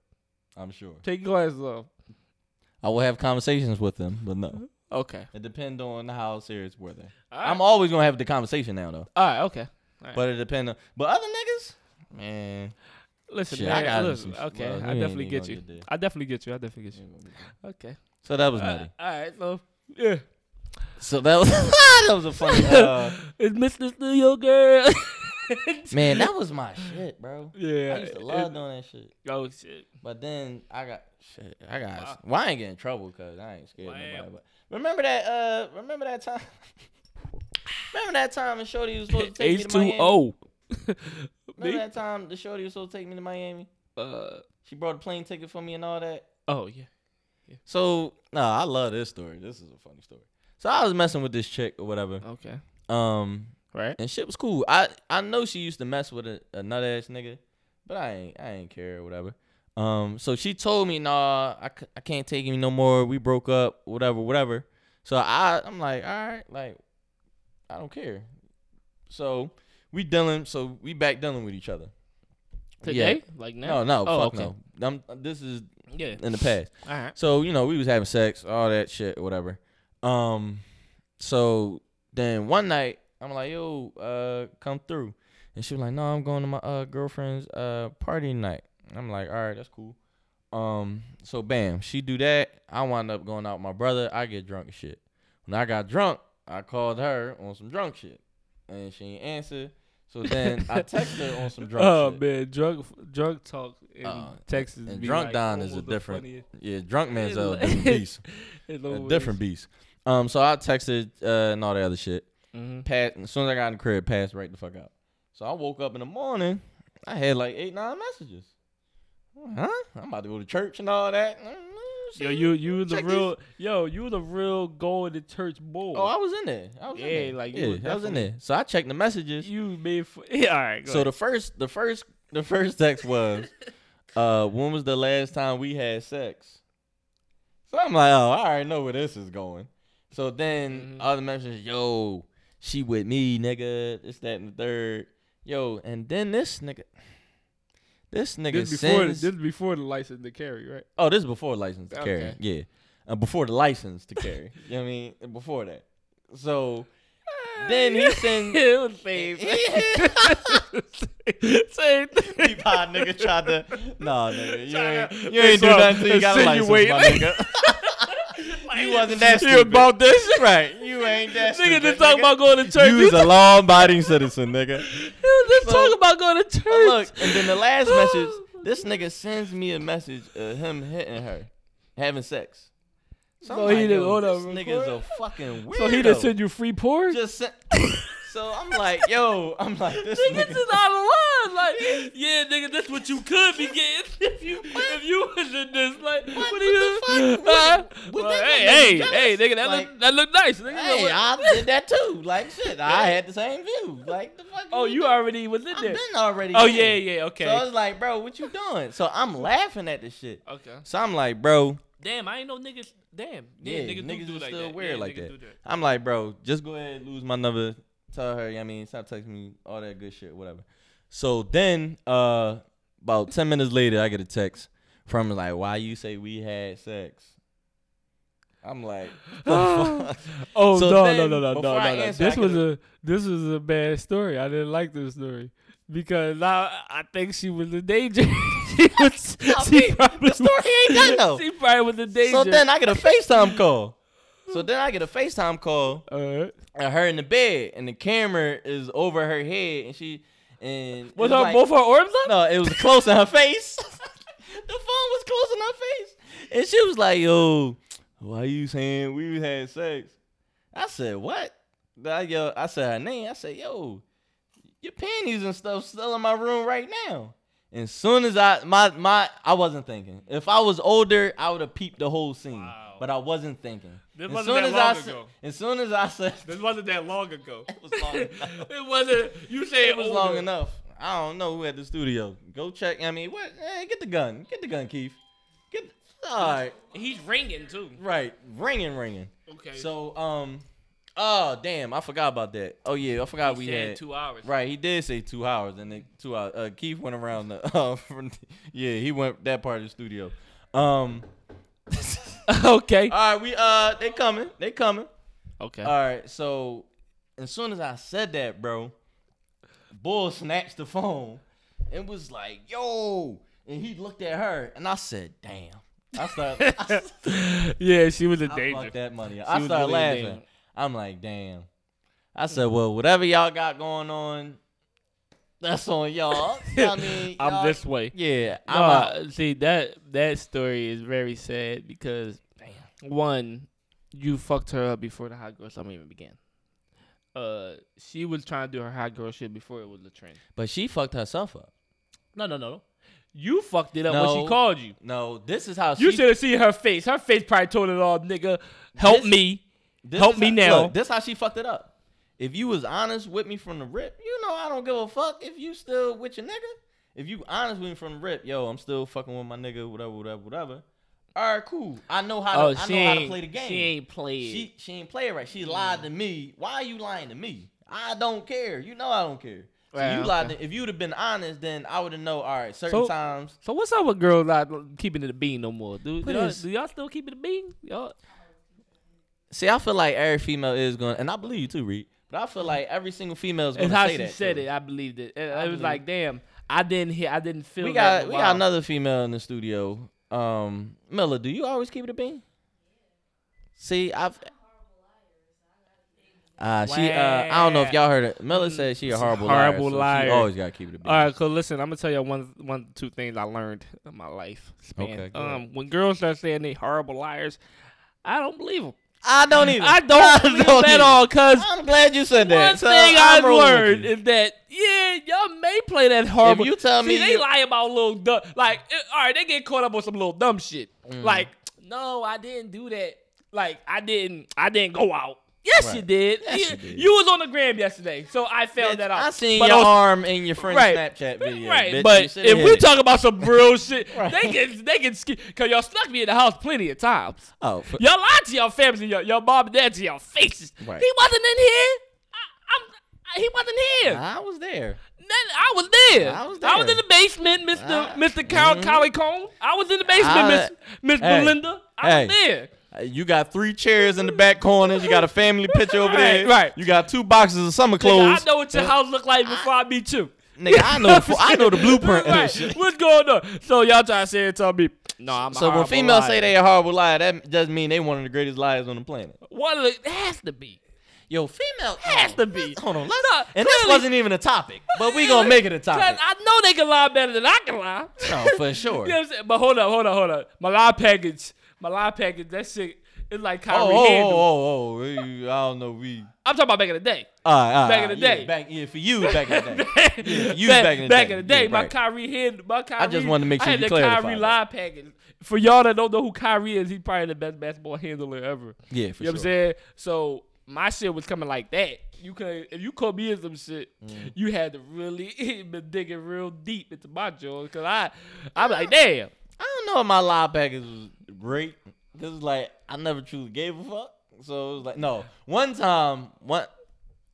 Speaker 1: I'm sure.
Speaker 2: Take your glasses off.
Speaker 1: I will have conversations with them, but
Speaker 2: Mm-hmm.
Speaker 1: no.
Speaker 2: Okay.
Speaker 1: It depends on how serious were they.
Speaker 2: Alright.
Speaker 1: I'm always gonna have the conversation now though.
Speaker 2: All right. Okay.
Speaker 1: But it depends on but other niggas, man.
Speaker 2: Listen,
Speaker 1: Shit, I
Speaker 2: man.
Speaker 1: got
Speaker 2: listen,
Speaker 1: some-
Speaker 2: okay,
Speaker 1: well, you
Speaker 2: I
Speaker 1: ain't
Speaker 2: definitely
Speaker 1: even
Speaker 2: get
Speaker 1: gonna
Speaker 2: you.
Speaker 1: get there.
Speaker 2: I definitely get you. I definitely get you. Okay.
Speaker 1: So that was
Speaker 2: Uh,
Speaker 1: nutty.
Speaker 2: all right. So yeah,
Speaker 1: So that was that was a funny uh,
Speaker 2: is Mister still your girl?
Speaker 1: man. That was my shit, bro.
Speaker 2: yeah.
Speaker 1: I used to love
Speaker 2: it-
Speaker 1: doing that shit,
Speaker 2: oh shit.
Speaker 1: but then I got shit. I got well, I ain't getting in trouble because I ain't scared of
Speaker 2: Wow.
Speaker 1: nobody. But remember that uh, remember that time. Remember that time the shorty was supposed to take me
Speaker 2: H
Speaker 1: to
Speaker 2: two
Speaker 1: Miami.
Speaker 2: O.
Speaker 1: Remember that time the shorty was supposed to take me to Miami.
Speaker 2: Uh
Speaker 1: She brought a plane ticket for me and all that.
Speaker 2: oh yeah.
Speaker 1: So no, I love this story. This is a funny story. So I was messing with this chick or whatever.
Speaker 2: Okay.
Speaker 1: Um,
Speaker 2: Right.
Speaker 1: and shit was cool. I I know she used to mess with a, a nut ass nigga, but I ain't I ain't care or whatever. Um, so she told me, nah, I, c- I can't take you no more. We broke up, whatever, whatever. So I I'm like, all right, like I don't care. So we dealing, so we back dealing with each other.
Speaker 2: Today? Like now?
Speaker 1: No, no,
Speaker 2: Oh,
Speaker 1: fuck
Speaker 2: okay.
Speaker 1: no. I'm, this is
Speaker 2: Yeah.
Speaker 1: in the past.
Speaker 2: All right.
Speaker 1: So you know, we was having sex, all that shit, whatever. Um, so then one night I'm like, "Yo, uh, come through," and she was like, "No, I'm going to my uh girlfriend's uh party night." And I'm like, "All right, that's cool." Um, so bam, she do that. I wind up going out with my brother. I get drunk and shit. When I got drunk, I called her on some drunk shit, and she ain't answer. So then I text her on some drunk
Speaker 2: oh
Speaker 1: shit.
Speaker 2: man, drunk drunk talk in
Speaker 1: Uh,
Speaker 2: Texas.
Speaker 1: and
Speaker 2: be
Speaker 1: drunk
Speaker 2: like
Speaker 1: down is
Speaker 2: almost
Speaker 1: a
Speaker 2: the
Speaker 1: different-
Speaker 2: funniest-
Speaker 1: Yeah, drunk man's a
Speaker 2: It-
Speaker 1: different beast.
Speaker 2: it
Speaker 1: A
Speaker 2: always-
Speaker 1: different beast. Um, so I texted uh, and all the other shit.
Speaker 2: Mhm.
Speaker 1: Pat, as soon as I got in the crib, passed right the fuck out. So I woke up in the morning. I had like eight, nine messages. Huh? I'm about to go to church and all that. Mm,
Speaker 2: Yo, you you was the
Speaker 1: Check these-
Speaker 2: real yo, you were the real going to church boy.
Speaker 1: Oh, I was in there. I was in
Speaker 2: Yeah,
Speaker 1: there.
Speaker 2: like, you
Speaker 1: yeah,
Speaker 2: was
Speaker 1: I was in there. So I checked the messages.
Speaker 2: you made for yeah, all right. Go
Speaker 1: So the first, the first, the first text was, uh, "When was the last time we had sex?" So I'm like, oh, I already know where this is going. So then
Speaker 2: Mhm.
Speaker 1: other messages, yo, she with me, nigga. This, that, and the third. Yo, and then this nigga, this nigga
Speaker 2: This before
Speaker 1: sends.
Speaker 2: this before the license to carry, right?
Speaker 1: oh, this is before license to carry.
Speaker 2: Okay.
Speaker 1: Yeah, uh, before the license to carry. you know what I mean? Before that. So then he sends.
Speaker 2: it was same. same thing.
Speaker 1: Peapod nigga tried to. Nah, nigga, you ain't,
Speaker 2: Tryna
Speaker 1: you ain't do
Speaker 2: insinuate-
Speaker 1: nothing till you got a license, my
Speaker 2: insinuate.
Speaker 1: nigga. You wasn't that
Speaker 2: You
Speaker 1: stupid.
Speaker 2: about
Speaker 1: this? Right. You ain't that
Speaker 2: Nigga
Speaker 1: stupid.
Speaker 2: just talking about going to church.
Speaker 1: You
Speaker 2: You
Speaker 1: was a law abiding citizen, nigga.
Speaker 2: was just
Speaker 1: So-
Speaker 2: talking about going to church.
Speaker 1: But Oh, look, and then the last message, this nigga sends me a message of him hitting her, having sex. I'm
Speaker 2: So he didn't-
Speaker 1: yo,
Speaker 2: hold
Speaker 1: this
Speaker 2: up,
Speaker 1: nigga's
Speaker 2: record?
Speaker 1: a fucking weirdo.
Speaker 2: so he just sent you free porn.
Speaker 1: Just sent- so I'm like, yo, I'm like, this
Speaker 2: Niggas
Speaker 1: nigga.
Speaker 2: is out of line. Like, yeah, nigga, that's what you could be getting if you if you was in this. Like, what,
Speaker 1: what
Speaker 2: are you?
Speaker 1: the fuck?
Speaker 2: Huh?
Speaker 1: What- what
Speaker 2: Well,
Speaker 1: that
Speaker 2: hey, hey,
Speaker 1: nigga
Speaker 2: hey,
Speaker 1: jealous?
Speaker 2: nigga, that
Speaker 1: Like-
Speaker 2: look that look nice. Nigga,
Speaker 1: Hey,
Speaker 2: What-
Speaker 1: I did that too. Like shit, I had the same view. Like the fuck.
Speaker 2: oh, you
Speaker 1: doing?
Speaker 2: already was in
Speaker 1: I've
Speaker 2: there.
Speaker 1: been already.
Speaker 2: Oh
Speaker 1: in.
Speaker 2: yeah, yeah, okay,
Speaker 1: So I was like, bro, what you doing? So I'm laughing at this shit.
Speaker 2: okay.
Speaker 1: So I'm like, bro,
Speaker 2: Damn, I ain't no niggas. Damn,
Speaker 1: yeah, niggas,
Speaker 2: do
Speaker 1: is
Speaker 2: like
Speaker 1: still
Speaker 2: that.
Speaker 1: weird
Speaker 2: Yeah,
Speaker 1: like
Speaker 2: niggas
Speaker 1: that.
Speaker 2: do that.
Speaker 1: I'm like, bro, just go ahead, lose my number, tell her. you know what I mean, stop texting me, all that good shit, whatever. So then, uh, about ten minutes later, I get a text from her, like, why you say we had sex? I'm like, what the fuck?
Speaker 2: Oh
Speaker 1: So
Speaker 2: no, no,
Speaker 1: then,
Speaker 2: no, no, no,
Speaker 1: before
Speaker 2: no,
Speaker 1: I
Speaker 2: no.
Speaker 1: answer, I
Speaker 2: This was
Speaker 1: could've-
Speaker 2: a this was a bad story. I didn't like this story because I I think she was in danger. she was.
Speaker 1: I
Speaker 2: she
Speaker 1: mean,
Speaker 2: probably
Speaker 1: the story ain't done, though.
Speaker 2: She probably was in danger.
Speaker 1: so then I get a FaceTime call. So then I get a FaceTime call
Speaker 2: uh,
Speaker 1: of her in the bed, and the camera is over her head, and she and it
Speaker 2: was her
Speaker 1: like-
Speaker 2: both her arms up?
Speaker 1: No, it was close in her face. the phone was close in her face. And she was like, yo, why you saying we had sex? I said, what? I, yo, I said her name. I said, yo, your panties and stuff still in my room right now. And soon as I my my I wasn't thinking. If I was older, I would have peeped the whole scene.
Speaker 2: Wow.
Speaker 1: But I wasn't thinking.
Speaker 2: This
Speaker 1: as
Speaker 2: wasn't
Speaker 1: soon
Speaker 2: that
Speaker 1: as I
Speaker 2: long
Speaker 1: sa-
Speaker 2: ago.
Speaker 1: as soon as I said
Speaker 2: This wasn't that long ago.
Speaker 1: it was long enough
Speaker 2: It wasn't. You say
Speaker 1: it was long enough. I don't know who at the studio. Go check. I mean, what? Hey, get the gun. Get the gun, Keith. Get. all right,
Speaker 2: He's ringing too.
Speaker 1: right. Ringing, ringing.
Speaker 2: Okay.
Speaker 1: So, um, oh damn, I forgot about that. Oh yeah, I forgot we had.
Speaker 2: hours.
Speaker 1: Right, he did say two hours, and then two hours. Uh, Keith went around the. Uh, from the- yeah, he went that part of the studio. Um.
Speaker 2: okay.
Speaker 1: All right, we uh, they coming. They coming.
Speaker 2: Okay.
Speaker 1: All right, so as soon as I said that, bro, Bull snatched the phone and was like, "Yo!" And he looked at her, and I said, "Damn!" I started, I,
Speaker 2: yeah, she was in
Speaker 1: I
Speaker 2: danger.
Speaker 1: fucked that money. up. I
Speaker 2: was
Speaker 1: started
Speaker 2: really in
Speaker 1: laughing.
Speaker 2: danger.
Speaker 1: I'm like, "Damn!" I said, "Well, whatever y'all got going on, that's on y'all." I mean, y'all-
Speaker 2: I'm this way.
Speaker 1: Yeah,
Speaker 2: No,
Speaker 1: I'm out.
Speaker 2: I- see that that story is very sad because one, you fucked her up before the hot girl summer even began. Uh, she was trying to do her hot girl shit before it was a trend.
Speaker 1: But she fucked herself up.
Speaker 2: No, no, no. You fucked it up when
Speaker 1: No.
Speaker 2: she called you.
Speaker 1: No, this is how
Speaker 2: You
Speaker 1: she.
Speaker 2: should have seen her face. Her face probably told it all, nigga. Help
Speaker 1: This-
Speaker 2: me.
Speaker 1: This
Speaker 2: Help
Speaker 1: is
Speaker 2: me
Speaker 1: how-
Speaker 2: now.
Speaker 1: Look, this how she fucked it up. If you was honest with me from the rip, you know I don't give a fuck if you still with your nigga. If you honest with me from the rip, yo, I'm still fucking with my nigga, whatever, whatever, whatever. All right, cool. I know how to, I know how to play the game.
Speaker 2: Oh, She ain't played.
Speaker 1: She she ain't play it right. She lied to me. Why are you lying to me? I don't care. You know I don't care. So
Speaker 2: Right,
Speaker 1: you lied.
Speaker 2: okay.
Speaker 1: To, if you'd have been honest, then I would have known. All right, certain
Speaker 2: So-
Speaker 1: times.
Speaker 2: so what's up with girls not keeping it a bean no more? Do, do,
Speaker 1: What
Speaker 2: y'all,
Speaker 1: is-
Speaker 2: do y'all still keep it a bean? Y'all,
Speaker 1: See, I feel like every female is going, to and I believe you too, Reed. But I feel like every single female is going
Speaker 2: and
Speaker 1: to
Speaker 2: how
Speaker 1: say
Speaker 2: she
Speaker 1: that.
Speaker 2: said
Speaker 1: too.
Speaker 2: it, I believed it. And
Speaker 1: I
Speaker 2: I was
Speaker 1: believe
Speaker 2: like, damn, I didn't hear, I didn't feel.
Speaker 1: We
Speaker 2: that
Speaker 1: got
Speaker 2: in a
Speaker 1: we
Speaker 2: while.
Speaker 1: got another female in the studio. Um, Miller, do you always keep it a bean? See, I've. Uh, she uh, I don't know if y'all heard it. Miller said she a horrible, liar.
Speaker 2: Horrible
Speaker 1: so
Speaker 2: liar.
Speaker 1: she always gotta keep it a bean.
Speaker 2: All right, so listen, I'm gonna tell you one, one, two things I learned in my life. Span.
Speaker 1: Okay, go ahead.
Speaker 2: um, when girls start saying they horrible liars, I don't believe them.
Speaker 1: I don't even.
Speaker 2: I don't believe 'em at
Speaker 1: either.
Speaker 2: all, cause
Speaker 1: I'm glad you said that.
Speaker 2: One
Speaker 1: so
Speaker 2: thing
Speaker 1: I'm
Speaker 2: I've
Speaker 1: rolling with
Speaker 2: learned
Speaker 1: you.
Speaker 2: is that yeah, y'all may play that horrible.
Speaker 1: If you tell
Speaker 2: See,
Speaker 1: me
Speaker 2: they
Speaker 1: you-
Speaker 2: lie about little dumb. Like, eh, all right, they get caught up on some little
Speaker 1: Mm.
Speaker 2: dumb shit. Like, no, I didn't do that. Like, I didn't. I didn't go out. Yes,
Speaker 1: Right.
Speaker 2: you did.
Speaker 1: Yes,
Speaker 2: you,
Speaker 1: you did.
Speaker 2: you was on the gram yesterday, so I found that out.
Speaker 1: I seen
Speaker 2: But
Speaker 1: your
Speaker 2: on-
Speaker 1: arm in your friend's
Speaker 2: Right.
Speaker 1: Snapchat video.
Speaker 2: Right,
Speaker 1: bitch. You
Speaker 2: but
Speaker 1: shoulda
Speaker 2: if
Speaker 1: hit
Speaker 2: we
Speaker 1: it.
Speaker 2: talk about some real shit,
Speaker 1: Right.
Speaker 2: they can they can ski because y'all snuck me in the house plenty of times.
Speaker 1: oh, f-
Speaker 2: Y'all lied to your families and your, your mom and dad to your faces.
Speaker 1: Right.
Speaker 2: He wasn't in here. I, I'm, I- he wasn't here.
Speaker 1: I was there.
Speaker 2: None- I was there.
Speaker 1: I was
Speaker 2: in
Speaker 1: there.
Speaker 2: the basement, Mister
Speaker 1: Ah,
Speaker 2: Mister Carl
Speaker 1: mhm.
Speaker 2: Collie Cone. I was in the basement,
Speaker 1: I-
Speaker 2: Miss Miss
Speaker 1: hey,
Speaker 2: Belinda. I was
Speaker 1: hey,
Speaker 2: there.
Speaker 1: Uh, You got three chairs in the back corners. You got a family picture over there.
Speaker 2: Right, right.
Speaker 1: You got two boxes of summer
Speaker 2: Nigga,
Speaker 1: clothes.
Speaker 2: I know what your house looked like before I, meet you.
Speaker 1: Nigga, I know. the fo- I know the blueprint. of
Speaker 2: Right.
Speaker 1: this shit.
Speaker 2: What's going on? So y'all trying to say it to me? No, I'm. a
Speaker 1: So when
Speaker 2: horrible
Speaker 1: females say
Speaker 2: liar.
Speaker 1: they a horrible liar, that doesn't mean they one of the greatest liars on the planet.
Speaker 2: one of the, it has to be.
Speaker 1: Yo, female
Speaker 2: Has to be.
Speaker 1: Hold on,
Speaker 2: let's- No,
Speaker 1: and this
Speaker 2: clearly-
Speaker 1: wasn't even a topic, but we gonna make it a
Speaker 2: Cause
Speaker 1: topic.
Speaker 2: I know they can lie better than I can lie.
Speaker 1: No, for sure.
Speaker 2: You know what I'm saying? But hold up, hold up, hold up. My lie package, my lie package, that shit is like
Speaker 1: Oh,
Speaker 2: Kyrie
Speaker 1: oh,
Speaker 2: handle.
Speaker 1: oh, oh, oh, we- I don't know. We
Speaker 2: I'm talking about back in the day.
Speaker 1: all right, all right,
Speaker 2: Back in the
Speaker 1: yeah,
Speaker 2: day.
Speaker 1: back, yeah, for you, back in the day. Yeah, you back in the day. Yeah,
Speaker 2: my
Speaker 1: right.
Speaker 2: Kyrie handle, my Kyrie.
Speaker 1: just wanted to make sure
Speaker 2: I had
Speaker 1: you
Speaker 2: the Kyrie
Speaker 1: clarified
Speaker 2: lie package. For y'all that don't know who Kyrie is, he's probably the best basketball handler ever.
Speaker 1: Yeah, for
Speaker 2: you know what
Speaker 1: sure.
Speaker 2: I'm saying? So my shit was coming like that. You could if you caught me in some shit,
Speaker 1: Mm.
Speaker 2: you had to really been digging real deep into my jaws because I, I'm like, damn.
Speaker 1: I don't know if my lie package was great. Cause like I never truly gave a fuck. So it was like no. One time, one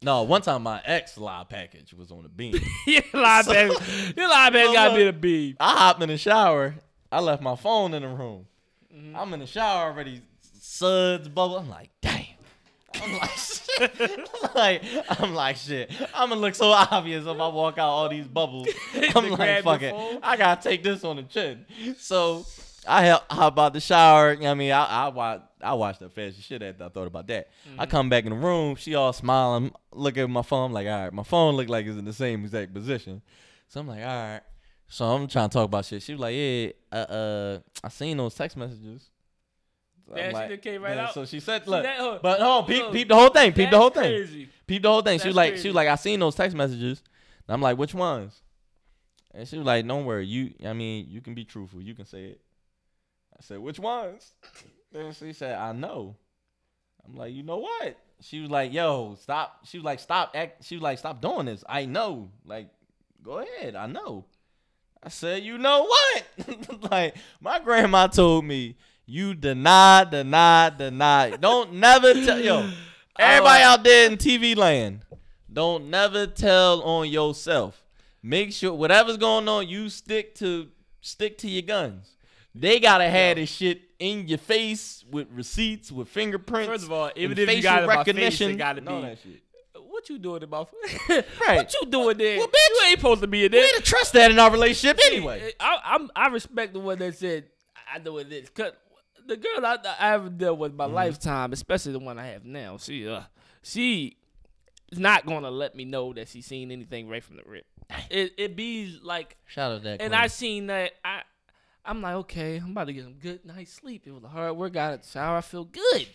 Speaker 1: no, one time my ex lie package was on the beam.
Speaker 2: Your linebacker, your linebacker gotta be the B.
Speaker 1: I hopped in the shower. I left my phone in the room.
Speaker 2: Mm-hmm.
Speaker 1: I'm in the shower already. Suds bubble. I'm like, damn. I'm like, shit. I'm like, I'm like, shit. I'm gonna look so obvious if I walk out all these bubbles. I'm like,
Speaker 2: grab your
Speaker 1: fuck it.
Speaker 2: phone?
Speaker 1: I gotta take this on the chin. So I help hop out the shower. You know what I mean, I, I watch. I watched the fashion shit after I thought about that. I
Speaker 2: Mm-hmm.
Speaker 1: come back in the room, she all smiling, look at my phone, I'm like, all right, my phone look like it's in the same exact position. So I'm like, all right. So I'm trying to talk about shit. She was like, yeah, uh, uh I seen those text messages. So I'm
Speaker 2: Yeah, she just came right
Speaker 1: yeah,
Speaker 2: out.
Speaker 1: So she said, look,
Speaker 2: that- hold-
Speaker 1: but hold on, peep,
Speaker 2: hold-
Speaker 1: peep the whole thing, peep
Speaker 2: That's
Speaker 1: the whole thing,
Speaker 2: Crazy.
Speaker 1: peep the whole thing. she
Speaker 2: That's
Speaker 1: was like,
Speaker 2: crazy.
Speaker 1: she was like, I seen those text messages. And I'm like, which ones? And she was like, don't worry, you, I mean, you can be truthful, you can say it. I said, which ones? Then she said, I know. I'm like, you know what? She was like, yo, stop. She was like, stop act. She was like, stop doing this. I know. Like, go ahead. I know. I said, you know what? like, my grandma told me, you deny, deny, deny. Don't never tell yo. Everybody out there in TV land, don't never tell on yourself. Make sure whatever's going on, you stick to stick to your guns. They gotta have this shit in your face with receipts, with fingerprints.
Speaker 2: First of all, even
Speaker 1: and
Speaker 2: if you
Speaker 1: facial
Speaker 2: got it in my face, it
Speaker 1: recognition,
Speaker 2: gotta
Speaker 1: Know
Speaker 2: be-
Speaker 1: that shit.
Speaker 2: What you doing in my?
Speaker 1: Right.
Speaker 2: What you doing there?
Speaker 1: Well,
Speaker 2: bitch, you ain't supposed to be in there.
Speaker 1: We had to trust that in our relationship anyway.
Speaker 2: I, I'm I respect the one that said I I know what it is. Cause the girl I I ever dealt with my
Speaker 1: Mm-hmm.
Speaker 2: lifetime, especially the one I have now, she uh, she is not gonna let me know that she seen anything right from the rip. It it be like,
Speaker 1: Shout out that.
Speaker 2: and I seen that I. I'm like, okay, I'm about to get some good night's sleep. It was a hard work out of the shower. I feel good.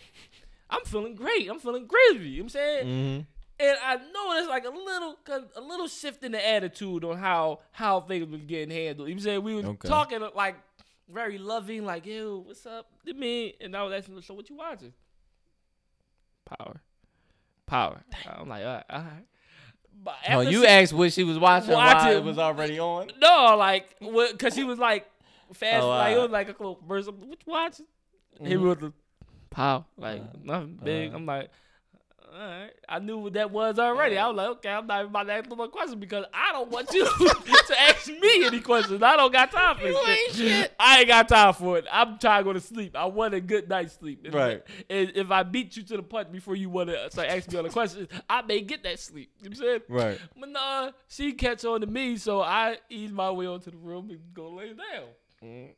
Speaker 2: I'm feeling great. I'm feeling gravy. You know what I'm saying?
Speaker 1: Mm-hmm.
Speaker 2: and I know it's like a little 'cause a little shift in the attitude on how how things was getting handled. You know what I'm saying we was
Speaker 1: Okay.
Speaker 2: talking like very loving, like yo, what's up, I mean, and I was asking, so what you watching? Power, power. I'm like, all right, all right. But
Speaker 1: Oh,
Speaker 2: after
Speaker 1: you
Speaker 2: she-
Speaker 1: asked what she was watching
Speaker 2: Watching.
Speaker 1: while it was already on.
Speaker 2: no, like, because she was like fast,
Speaker 1: Oh, Mm-hmm.
Speaker 2: like it
Speaker 1: uh,
Speaker 2: was like a little verse. Of, what you watching? He was the pow, like nothing big.
Speaker 1: uh.
Speaker 2: I'm like, all right. I knew what that was already. I was like, okay, I'm not even about to ask no more questions because I don't want you to ask me any questions. I don't got time for
Speaker 1: You
Speaker 2: this
Speaker 1: ain't shit.
Speaker 2: I ain't got time for it. I'm trying to go to sleep. I want a good night's sleep. And-
Speaker 1: Right.
Speaker 2: And if I beat you to the punch before you want to start asking me other questions, I may get that sleep. You know what I'm saying?
Speaker 1: Right.
Speaker 2: But nah, she catch on to me, so I ease my way onto the room and go lay down.
Speaker 1: Mm.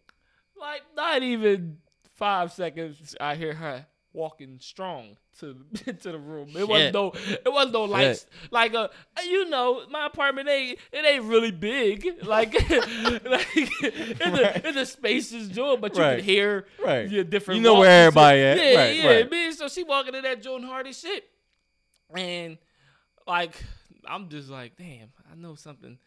Speaker 2: Like not even five seconds, I hear her walking strong to to the room. It wasn't
Speaker 1: Shit.
Speaker 2: no, it wasn't no lights. Like uh, you know, my apartment ain't it ain't really big. Like, like it's,
Speaker 1: Right.
Speaker 2: a, it's a spacious joint, but you
Speaker 1: Right.
Speaker 2: can hear
Speaker 1: Right.
Speaker 2: your different.
Speaker 1: You know where
Speaker 2: walks and
Speaker 1: everybody
Speaker 2: shit.
Speaker 1: at.
Speaker 2: Yeah,
Speaker 1: Right,
Speaker 2: yeah,
Speaker 1: right.
Speaker 2: man. So she walking in that Jordan Hardy shit, and like I'm just like, damn, I know something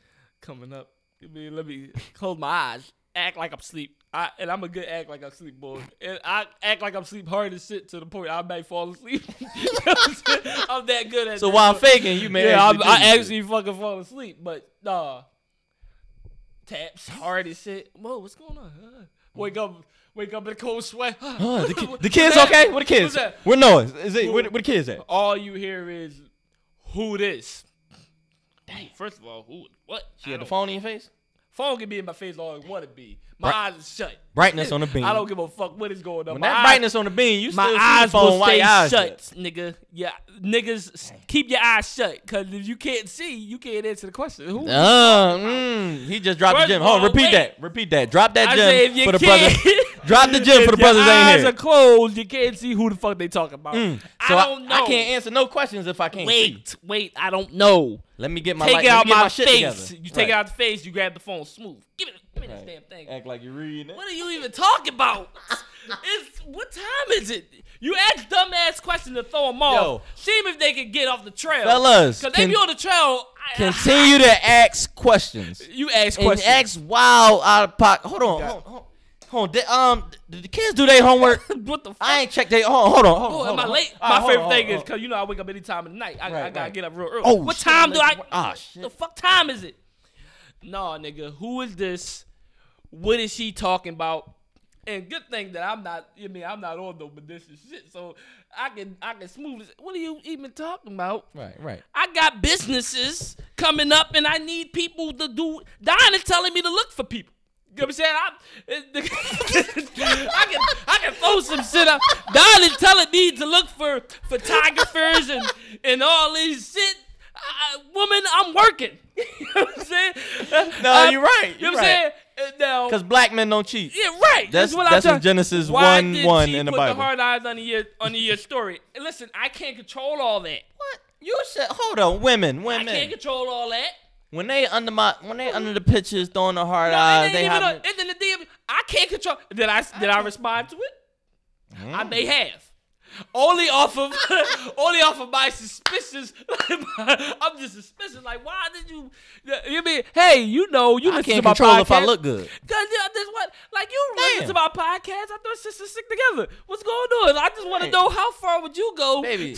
Speaker 2: coming up. I mean, let me close my eyes. act like I'm asleep. I and I'm a good act like I'm sleep boy. And I act like I'm sleep hard as shit to the point I might fall asleep. I'm that good at.
Speaker 1: So
Speaker 2: that
Speaker 1: while I'm
Speaker 2: shit.
Speaker 1: faking, you may
Speaker 2: yeah,
Speaker 1: actually
Speaker 2: I, I
Speaker 1: do
Speaker 2: actually fucking fall asleep, but nah. Taps hard as shit. Whoa, what's going on? Huh? Wake up, wake up in a cold sweat.
Speaker 1: Huh, the, ki-
Speaker 2: What-
Speaker 1: the kids
Speaker 2: what's that?
Speaker 1: okay? Where the
Speaker 2: What's
Speaker 1: kids?
Speaker 2: that?
Speaker 1: Where Noah's? Is it? Where,
Speaker 2: Who-
Speaker 1: where the kids at?
Speaker 2: All you hear is, who this? Dang. First of all, who? What?
Speaker 1: She
Speaker 2: I
Speaker 1: had the
Speaker 2: don't-
Speaker 1: phone in your face.
Speaker 2: Phone can be in my face all it want to be. My
Speaker 1: Bright-
Speaker 2: eyes are shut.
Speaker 1: Brightness on the beam.
Speaker 2: I don't give a fuck what is going on.
Speaker 1: When
Speaker 2: my
Speaker 1: that
Speaker 2: eyes-
Speaker 1: brightness on the beam, you still
Speaker 2: my
Speaker 1: see
Speaker 2: eyes
Speaker 1: the phone
Speaker 2: will
Speaker 1: while
Speaker 2: stay
Speaker 1: your eyes
Speaker 2: shut, nigga. Yeah, niggas, s- keep your eyes shut, cause if you can't see, you can't answer the question. Who?
Speaker 1: Uh, mm, he just dropped
Speaker 2: First
Speaker 1: the gym.
Speaker 2: of
Speaker 1: Hold on,
Speaker 2: all,
Speaker 1: repeat
Speaker 2: wait.
Speaker 1: that. Repeat that. Drop that
Speaker 2: I say if
Speaker 1: gym
Speaker 2: you
Speaker 1: for the
Speaker 2: can't,
Speaker 1: brothers. Drop the gym for the
Speaker 2: if your
Speaker 1: brothers ain't
Speaker 2: eyes
Speaker 1: here. Mm.
Speaker 2: are closed, you can't see who the fuck they talking about.
Speaker 1: so
Speaker 2: I don't know.
Speaker 1: I can't answer no questions if I can't. see.
Speaker 2: Wait, wait, I don't know.
Speaker 1: Let me get my
Speaker 2: take
Speaker 1: light-
Speaker 2: it
Speaker 1: let me
Speaker 2: out
Speaker 1: get
Speaker 2: my,
Speaker 1: shit
Speaker 2: face.
Speaker 1: together.
Speaker 2: You take
Speaker 1: Right.
Speaker 2: it out the face. You grab the phone. Smooth. Give me, give me
Speaker 1: Right.
Speaker 2: this damn thing.
Speaker 1: Act like you're reading it.
Speaker 2: What are you even talking about? it's what time is it? You ask dumbass questions to throw them off.
Speaker 1: Yo.
Speaker 2: See 'em if they can get off the trail.
Speaker 1: Fellas,
Speaker 2: Cause they
Speaker 1: con-
Speaker 2: be on the trail. I-
Speaker 1: continue to ask questions.
Speaker 2: You ask
Speaker 1: And
Speaker 2: questions.
Speaker 1: ask wild out of pocket. Hold on. Hold on. Hold on. Hold on. Did, um, did the kids do their homework?
Speaker 2: what the fuck?
Speaker 1: I ain't checked their. Hold on. Hold on. Hold on,
Speaker 2: Oh,
Speaker 1: hold
Speaker 2: am I
Speaker 1: on.
Speaker 2: late?
Speaker 1: All right,
Speaker 2: My
Speaker 1: hold
Speaker 2: favorite
Speaker 1: on,
Speaker 2: thing
Speaker 1: hold
Speaker 2: is because you know I wake up any time of the night. I, I
Speaker 1: Right,
Speaker 2: gotta
Speaker 1: right.
Speaker 2: get up real early.
Speaker 1: Oh,
Speaker 2: what
Speaker 1: shit,
Speaker 2: time
Speaker 1: I'm
Speaker 2: do
Speaker 1: late
Speaker 2: I?
Speaker 1: for work. Ah, shit.
Speaker 2: The fuck time is it? Nah, nigga. Who is this? What is she talking about? And good thing that I'm not. I mean, I'm not on no medicinal shit, so I can I can smooth. This. What are you even talking about?
Speaker 1: on. Right, right.
Speaker 2: I got businesses coming up, and I need people to do. Don is telling me to look for people. You know what I'm saying? I, it- the- I can I can throw some shit up. Don is telling me to look for photographers and and all this shit. I, I- woman, I'm working. you know what I'm saying?
Speaker 1: No,
Speaker 2: I-
Speaker 1: you're right, you're
Speaker 2: You know what I'm saying? Uh, Now,
Speaker 1: Because black men don't cheat.
Speaker 2: yeah, right.
Speaker 1: That's-
Speaker 2: what
Speaker 1: that's
Speaker 2: I'm
Speaker 1: in
Speaker 2: talking-
Speaker 1: Genesis
Speaker 2: Why
Speaker 1: 1,
Speaker 2: did
Speaker 1: 1
Speaker 2: she
Speaker 1: in the
Speaker 2: put
Speaker 1: Bible.
Speaker 2: The hard eyes under your under your story. And listen, I can't control all that.
Speaker 1: What? You said. Hold on, women,
Speaker 2: I can't
Speaker 1: women.
Speaker 2: control all that.
Speaker 1: When they under my, when they under the pictures, throwing the hard
Speaker 2: No, it
Speaker 1: eyes,
Speaker 2: ain't
Speaker 1: they
Speaker 2: even
Speaker 1: have.
Speaker 2: a- it's in the DM. I can't control. Did I did I respond to it? I
Speaker 1: Mm.
Speaker 2: may have. Only off of only off of my suspicions. I'm just suspicious. Like, why did you? You mean, hey, you know, you
Speaker 1: I
Speaker 2: listen
Speaker 1: can't
Speaker 2: to my
Speaker 1: control if I
Speaker 2: podcast.
Speaker 1: look good.
Speaker 2: Cause yeah, this what like you listen
Speaker 1: Damn.
Speaker 2: to my podcast. I thought sisters stick together. What's going on? I just want to
Speaker 1: Right.
Speaker 2: know how far would you go?
Speaker 1: Baby.